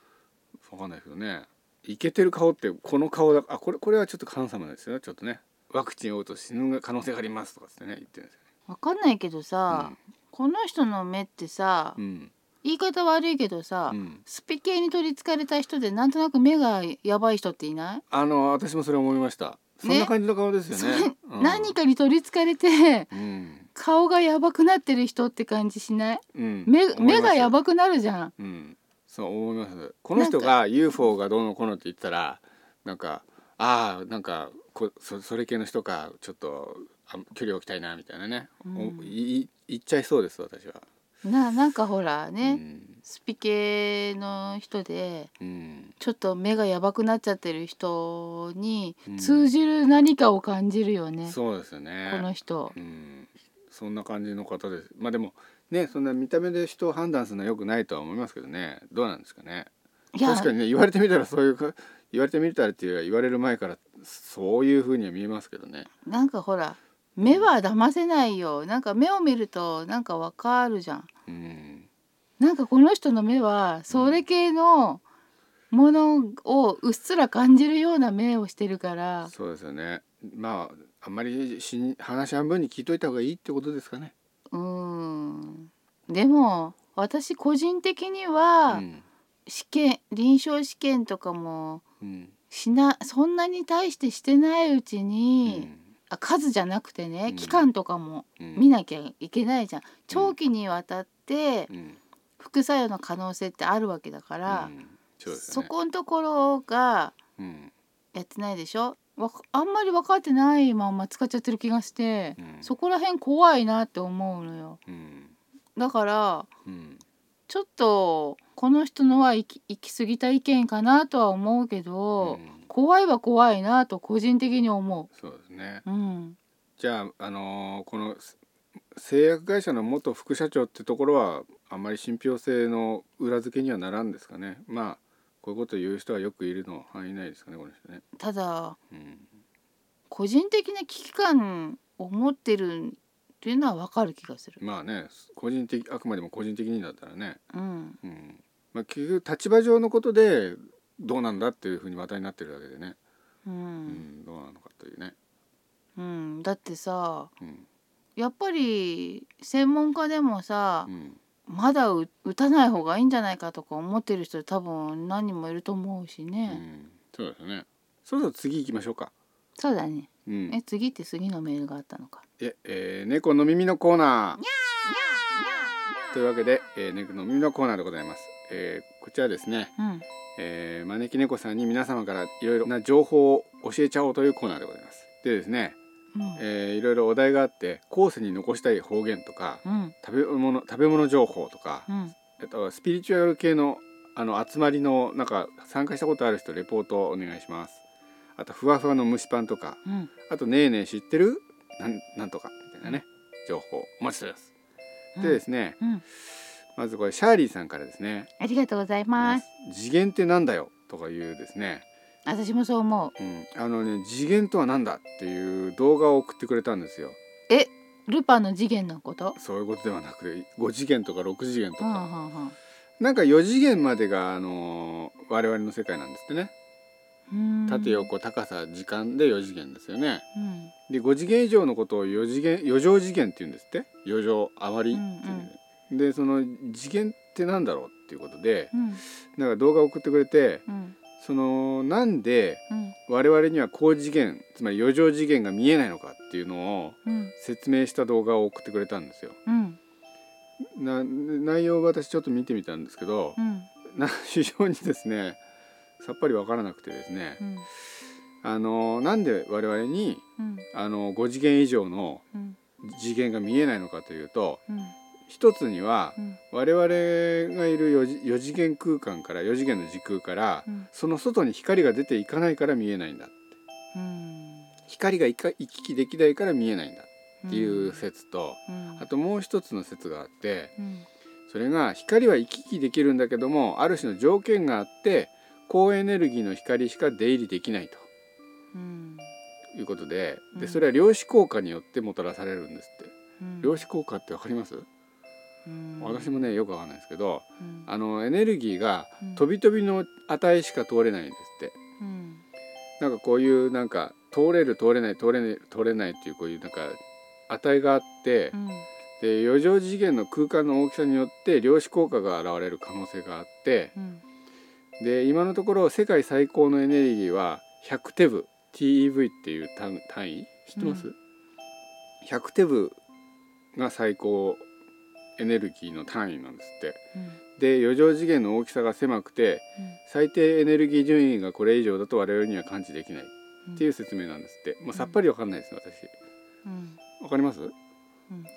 Speaker 1: わかんないですけどねイケてる顔ってこの顔だあこれこれはちょっと関様ですよねちょっとねワクチンを打つと死ぬ可能性がありますとかっつってね言ってるんですよね
Speaker 2: わかんないけどさ、この人の目ってさ、
Speaker 1: うん
Speaker 2: 言い方悪いけどさ、
Speaker 1: うん
Speaker 2: スピ系に取りつかれた人でなんとなく目がやばい人っていない、
Speaker 1: あの私もそれ思いましたそんな感じの顔ですよ
Speaker 2: そ
Speaker 1: ね
Speaker 2: れ、
Speaker 1: うん、
Speaker 2: 何かに取りつかれて
Speaker 1: うん
Speaker 2: 顔がやばくなってる人って感じしない
Speaker 1: うん
Speaker 2: 目
Speaker 1: 思います
Speaker 2: 目がやばくなるじゃん
Speaker 1: うんそう思いますこの人が UFO がどうのこうのって言ったらなんかああなんかこそそれ系の人かちょっとあ距離を置きたいなみたいなね、
Speaker 2: うん
Speaker 1: おいい言っちゃいそうです私は。
Speaker 2: ななんかほらね、
Speaker 1: うん
Speaker 2: スピ系の人で
Speaker 1: うん
Speaker 2: ちょっと目がやばくなっちゃってる人に
Speaker 1: うん
Speaker 2: 通じる何かを感じるよね、こ
Speaker 1: そうですよね
Speaker 2: の人。
Speaker 1: うん、そんな感じの方ですまあでもねそんな見た目で人を判断するのはよくないとは思いますけどねどうなんですかね
Speaker 2: いや
Speaker 1: 確かにね言われてみたらそういうか言われてみたらっていうか言われる前からそういうふうには見えますけどね。
Speaker 2: なんかほら目は騙せないよなんか目を見るとなんかわかるじゃん
Speaker 1: うん
Speaker 2: なんかこの人の目はそれ系のものをうっすら感じるような目をしてるから
Speaker 1: そうですよねまああんまりしん話半分に聞いといた方がいいってことですかね
Speaker 2: うーんでも私個人的には
Speaker 1: うん
Speaker 2: 試験臨床試験とかも
Speaker 1: うん
Speaker 2: しなそんなに対してしてないうち
Speaker 1: う
Speaker 2: に、
Speaker 1: ん
Speaker 2: あ数じゃなくてね、
Speaker 1: うん
Speaker 2: 期間とかも
Speaker 1: うん
Speaker 2: 見なきゃいけないじゃん長期にわたって
Speaker 1: うん
Speaker 2: 副作用の可能性ってあるわけだか
Speaker 1: う、
Speaker 2: ら
Speaker 1: んそうです
Speaker 2: そ
Speaker 1: よね
Speaker 2: このところが
Speaker 1: うん
Speaker 2: やってないでしょわかあんまり分かってないまんま使っちゃってる気がして、
Speaker 1: うん
Speaker 2: そこら辺怖いなって思うのよ
Speaker 1: うん
Speaker 2: だから
Speaker 1: うん
Speaker 2: ちょっとこの人のは行き行き過ぎた意見かなとは思うけど、
Speaker 1: うん
Speaker 2: 怖いは怖いなと個人的に思
Speaker 1: そうですね
Speaker 2: う。うん、
Speaker 1: じゃああのーこのせ製薬会社の元副社長ってところはあんまり信憑性の裏付けにはならんですかねまあこういうこと言う人はよくいるの範囲内ですかねこの人ね
Speaker 2: ただ
Speaker 1: うん
Speaker 2: 個人的な危機感を持ってるっていうのは分かる気がする。
Speaker 1: まあね個人的あくまでも個人的にだったらね
Speaker 2: うん、
Speaker 1: うんまあ、結局立場上のことでどうなんだっていうふうに話題になってるだけでね、
Speaker 2: う
Speaker 1: うん
Speaker 2: ん、
Speaker 1: どうなのかというね、
Speaker 2: うん、だってさ
Speaker 1: うん
Speaker 2: やっぱり専門家でもさ
Speaker 1: う、ん
Speaker 2: まだう打たない方がいいんじゃないかとか思ってる人多分何人もいると思うし
Speaker 1: う
Speaker 2: ね、
Speaker 1: ん、そうですねそろそろ次行きましょうか、
Speaker 2: そうだね
Speaker 1: うん、
Speaker 2: え次って次のメールがあったのか
Speaker 1: え、えー猫の耳のコーナー。というわけで、えー猫の耳のコーナーでございます。えーこちらですね、
Speaker 2: うん
Speaker 1: えー招き猫さんに皆様からいろいろな情報を教えちゃおうというコーナーでございます。でですね、
Speaker 2: うん、
Speaker 1: えーいろいろお題があって、後世に残したい方言とか、
Speaker 2: うん
Speaker 1: 食べ物食べ物情報とか
Speaker 2: う、ん
Speaker 1: あとはスピリチュアル系のあの集まりのなんか参加したことある人レポートをお願いします。あとふわふわの蒸しパンとか、
Speaker 2: うん
Speaker 1: あとねえねえ知ってるなんなんとかみたいなね情報お待ちしております。
Speaker 2: うん
Speaker 1: でですね、
Speaker 2: うん
Speaker 1: まずこれシャーリーさんからですね。
Speaker 2: ありがとうございます
Speaker 1: 次元ってなんだよとかいうですね、
Speaker 2: 私もそう思う
Speaker 1: うん、あのね次元とはなんだっていう動画を送ってくれたんですよ。
Speaker 2: ルパンの次元のこと
Speaker 1: そういうことではなくて5次元とか6次元と
Speaker 2: はあ、
Speaker 1: か、
Speaker 2: はあはあ、
Speaker 1: なんか4次元までがあのー我々の世界なんですってね。
Speaker 2: うーん
Speaker 1: 縦、横高さ時間で4次元ですよね。
Speaker 2: うん
Speaker 1: で5次元以上のことを4次元余剰次元って言うんですって余剰余りっていう、でその次元ってなんだろうっていうことで
Speaker 2: うん
Speaker 1: なんか動画を送ってくれて
Speaker 2: うん
Speaker 1: そのなんで
Speaker 2: うん
Speaker 1: 我々には高次元つまり余剰次元が見えないのかっていうのを
Speaker 2: うん
Speaker 1: 説明した動画を送ってくれたんですよ。
Speaker 2: うん
Speaker 1: な内容を私ちょっと見てみたんですけど
Speaker 2: う、ん
Speaker 1: な 非常にですねさっぱりわからなくてですね
Speaker 2: うん
Speaker 1: あのなんで我々に
Speaker 2: うん
Speaker 1: あの5次元以上の
Speaker 2: うん
Speaker 1: 次元が見えないのかというと
Speaker 2: うん
Speaker 1: 一つには
Speaker 2: うん
Speaker 1: 我々がいる 4, 次元空間から4次元の時空から
Speaker 2: うん
Speaker 1: その外に光が出ていかないから見えないんだ
Speaker 2: うん
Speaker 1: 光がいか行き来できないから見えないんだってい
Speaker 2: うん
Speaker 1: う説と
Speaker 2: うん
Speaker 1: あともう一つの説があって
Speaker 2: うん
Speaker 1: それが光は行き来できるんだけどもある種の条件があって高エネルギーの光しか出入りできないと
Speaker 2: うん
Speaker 1: いうことで
Speaker 2: う
Speaker 1: で
Speaker 2: ん
Speaker 1: それは量子効果によってもたらされるんですって
Speaker 2: うん
Speaker 1: 量子効果ってわかります
Speaker 2: うん
Speaker 1: 私もねよくわかんないですけど
Speaker 2: うん
Speaker 1: あのエネルギーが
Speaker 2: うん
Speaker 1: 飛び飛びの値しか通れないんですって
Speaker 2: うん
Speaker 1: なんかこういうなんか通れる通れない通れない通れないっていうこういうなんか値があって
Speaker 2: うん
Speaker 1: で余剰次元の空間の大きさによって量子効果が現れる可能性があって
Speaker 2: うん
Speaker 1: で今のところ世界最高のエネルギーは100テブ TeV っていう単単位知ってます、
Speaker 2: う
Speaker 1: ?100 テブが最高エネルギーの単位なんですって。
Speaker 2: うん
Speaker 1: で余剰次元の大きさが狭くて最低エネルギー順位がこれ以上だと我々には感知できないっていう説明なんですってもうさっぱりわかんないです私
Speaker 2: うん
Speaker 1: わかります
Speaker 2: うん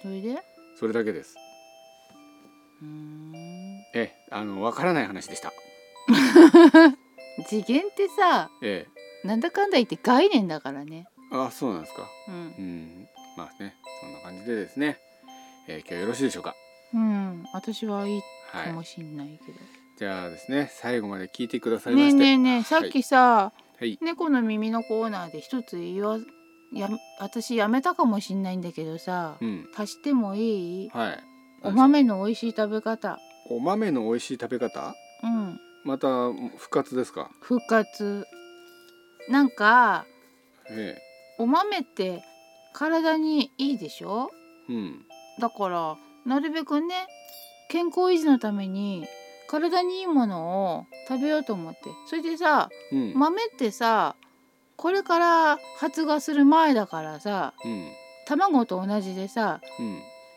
Speaker 2: それで
Speaker 1: それだけです
Speaker 2: うん
Speaker 1: ええあのわからない話でした
Speaker 2: 次元ってさ
Speaker 1: ええ
Speaker 2: なんだかんだ言って概念だからね
Speaker 1: あそうなんですか
Speaker 2: うん
Speaker 1: うんまあねそんな感じでですね、ええ今日よろしいでしょうか
Speaker 2: うん私はいい
Speaker 1: は
Speaker 2: か
Speaker 1: い
Speaker 2: もしんないけど、
Speaker 1: じゃあですね最後まで聞いてくださいま
Speaker 2: ねえ
Speaker 1: して
Speaker 2: ねえねえさっきさ、
Speaker 1: はい
Speaker 2: 猫の耳のコーナーで一つ言わや私やめたかもしんないんだけどさ、
Speaker 1: うん
Speaker 2: 足してもいい
Speaker 1: はい
Speaker 2: お豆の美味しい食べ方
Speaker 1: お豆の美味しい食べ方
Speaker 2: うん
Speaker 1: また復活ですか、
Speaker 2: 復活なんか
Speaker 1: え
Speaker 2: お豆って体にいいでしょ
Speaker 1: え、うん
Speaker 2: だからなるべくね健康維持のために体にいいものを食べようと思ってそれでさ
Speaker 1: うん、
Speaker 2: 豆ってさこれから発芽する前だからさ
Speaker 1: うん
Speaker 2: 卵と同じでさ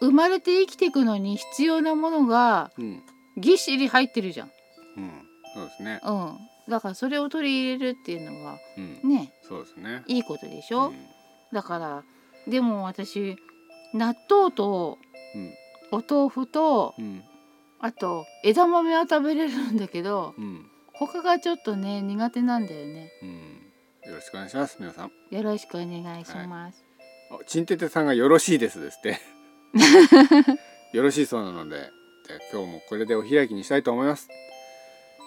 Speaker 1: うん
Speaker 2: 生まれて生きていくのに必要なものが
Speaker 1: うん
Speaker 2: ぎっしり入ってるじゃん。
Speaker 1: うんそうですね
Speaker 2: うん、だからそれを取り入れるっていうのは
Speaker 1: うん
Speaker 2: ね
Speaker 1: そうですね
Speaker 2: いいことでし
Speaker 1: う
Speaker 2: ょ、
Speaker 1: ん
Speaker 2: だからでも私納豆と
Speaker 1: うん
Speaker 2: お豆腐と
Speaker 1: うん
Speaker 2: あと枝豆は食べれるんだけど
Speaker 1: うん
Speaker 2: 他がちょっとね苦手なんだよね
Speaker 1: うんよろしくお願いします皆さん
Speaker 2: よろしくお願いします、
Speaker 1: あちんててさんがよろしいですですってよろしいそうなのでじゃあ今日もこれでお開きにしたいと思います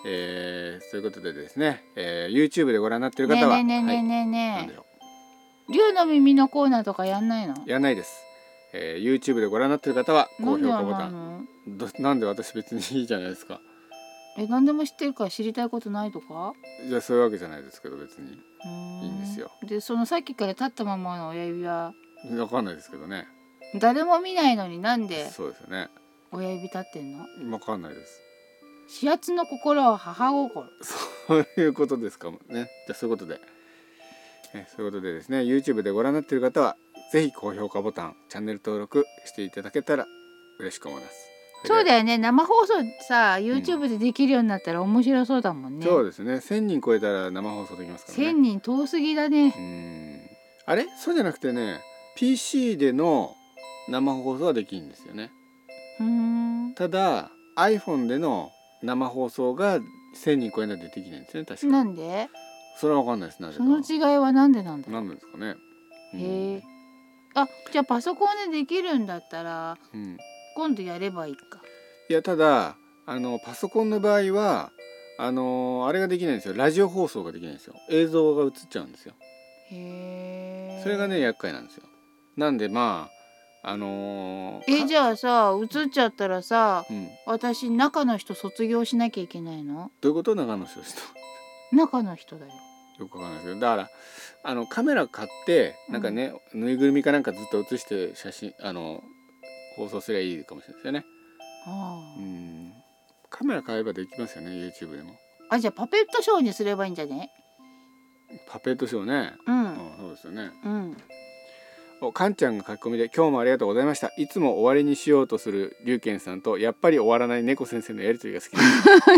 Speaker 1: えー、ということでですね、えー、YouTube でご覧になってる
Speaker 2: ね
Speaker 1: 方は
Speaker 2: えねえねえ
Speaker 1: はい
Speaker 2: ねえ
Speaker 1: なん
Speaker 2: ね
Speaker 1: でしょ
Speaker 2: え竜の耳のコーナーとかやんないの
Speaker 1: うやらないです、えー、YouTube でご覧になってる方は
Speaker 2: な
Speaker 1: 高
Speaker 2: んで
Speaker 1: 評価
Speaker 2: やん
Speaker 1: ボ
Speaker 2: な
Speaker 1: タ
Speaker 2: い
Speaker 1: ン
Speaker 2: の
Speaker 1: どなんで私別にいいじゃないですか
Speaker 2: え何でも知ってるから知りたいことないとか
Speaker 1: じゃあそういうわけじゃないですけど別に
Speaker 2: うー
Speaker 1: いいんですよ
Speaker 2: でそのさっきから立ったままの親指は
Speaker 1: わかんないですけどね
Speaker 2: 誰も見ないのになんで
Speaker 1: そうですよね
Speaker 2: 親指立ってんの
Speaker 1: わかんないです
Speaker 2: 始圧の心は母心
Speaker 1: そういうことですかもね。じゃあそういうことで。えそういうことでですね、YouTube でご覧になっている方は、ぜひ高評価ボタン、チャンネル登録していただけたら嬉しく思います。
Speaker 2: そう
Speaker 1: で
Speaker 2: だよね生放送さ YouTube でできるようになったら面白そうだもんね、
Speaker 1: そうですね、1000人超えたら生放送できますから
Speaker 2: 千
Speaker 1: ね。
Speaker 2: 人遠すぎだね
Speaker 1: うーん。あれそうじゃなくてね、PC での生放送はできるんですよね。
Speaker 2: うーん
Speaker 1: ただ、iPhone での生放送が1000人超えないとできないんですね、確か。
Speaker 2: なんで
Speaker 1: それはわかんないです、なぜ
Speaker 2: その
Speaker 1: か。
Speaker 2: 違いはなんでなんだろ
Speaker 1: なんなんですかね。う
Speaker 2: うんへえあじゃあパソコンでできるんだったら
Speaker 1: うん。
Speaker 2: 今度やればいいか
Speaker 1: いやただあのパソコンの場合はあのあれができないんですよラジオ放送ができないんですよ映像が映っちゃうんですよ
Speaker 2: へえ
Speaker 1: それがね厄介なんですよなんでまああの
Speaker 2: え
Speaker 1: か
Speaker 2: じゃあさ映っちゃったらさ
Speaker 1: うん、
Speaker 2: 私中の人卒業しなきゃいけないの
Speaker 1: どういうこと長野市の人
Speaker 2: 中の人だよ
Speaker 1: よくわかんないですけどだからあのカメラ買ってなんかね、ぬいぐるみかなんかずっと映して写真あの放送すればいいかもしれないですよね
Speaker 2: あ
Speaker 1: う
Speaker 2: あ
Speaker 1: んカメラ買えばできますよね YouTube でも
Speaker 2: あじゃあパペットショーにすればいいんじゃね
Speaker 1: パペットショーね、
Speaker 2: う
Speaker 1: うん
Speaker 2: ん、
Speaker 1: そうですよね
Speaker 2: うん、
Speaker 1: おかんちゃんが書き込みで「今日もありがとうございましたいつも終わりにしようとする龍賢さんとやっぱり終わらない猫先生のやりとりが好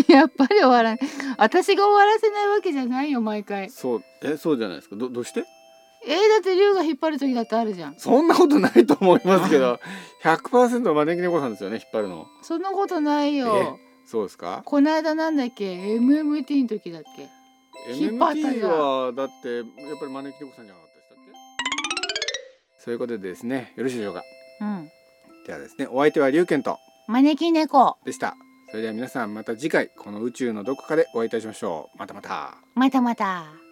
Speaker 1: きで
Speaker 2: やっぱり終わらない私が終わらせないわけじゃないよ毎回
Speaker 1: すそうえそうじゃないですかどどうして
Speaker 2: えー、だって龍が引っ張る時だってあるじゃん
Speaker 1: そんなことないと思います けど100%招き猫さんですよね引っ張るの
Speaker 2: そんなことないよ
Speaker 1: そうですか
Speaker 2: この間なんだっけ MMT の時だっけ引っ張ったじゃん
Speaker 1: MMT はだってやっぱり招き猫さんじゃなかったでしたっけそういうことでですねよろしいでしょうか
Speaker 2: うん
Speaker 1: ではですねお相手は龍賢と
Speaker 2: 招き猫
Speaker 1: でしたそれでは皆さんまた次回この宇宙のどこかでお会いいたしましょうまたまた
Speaker 2: またまた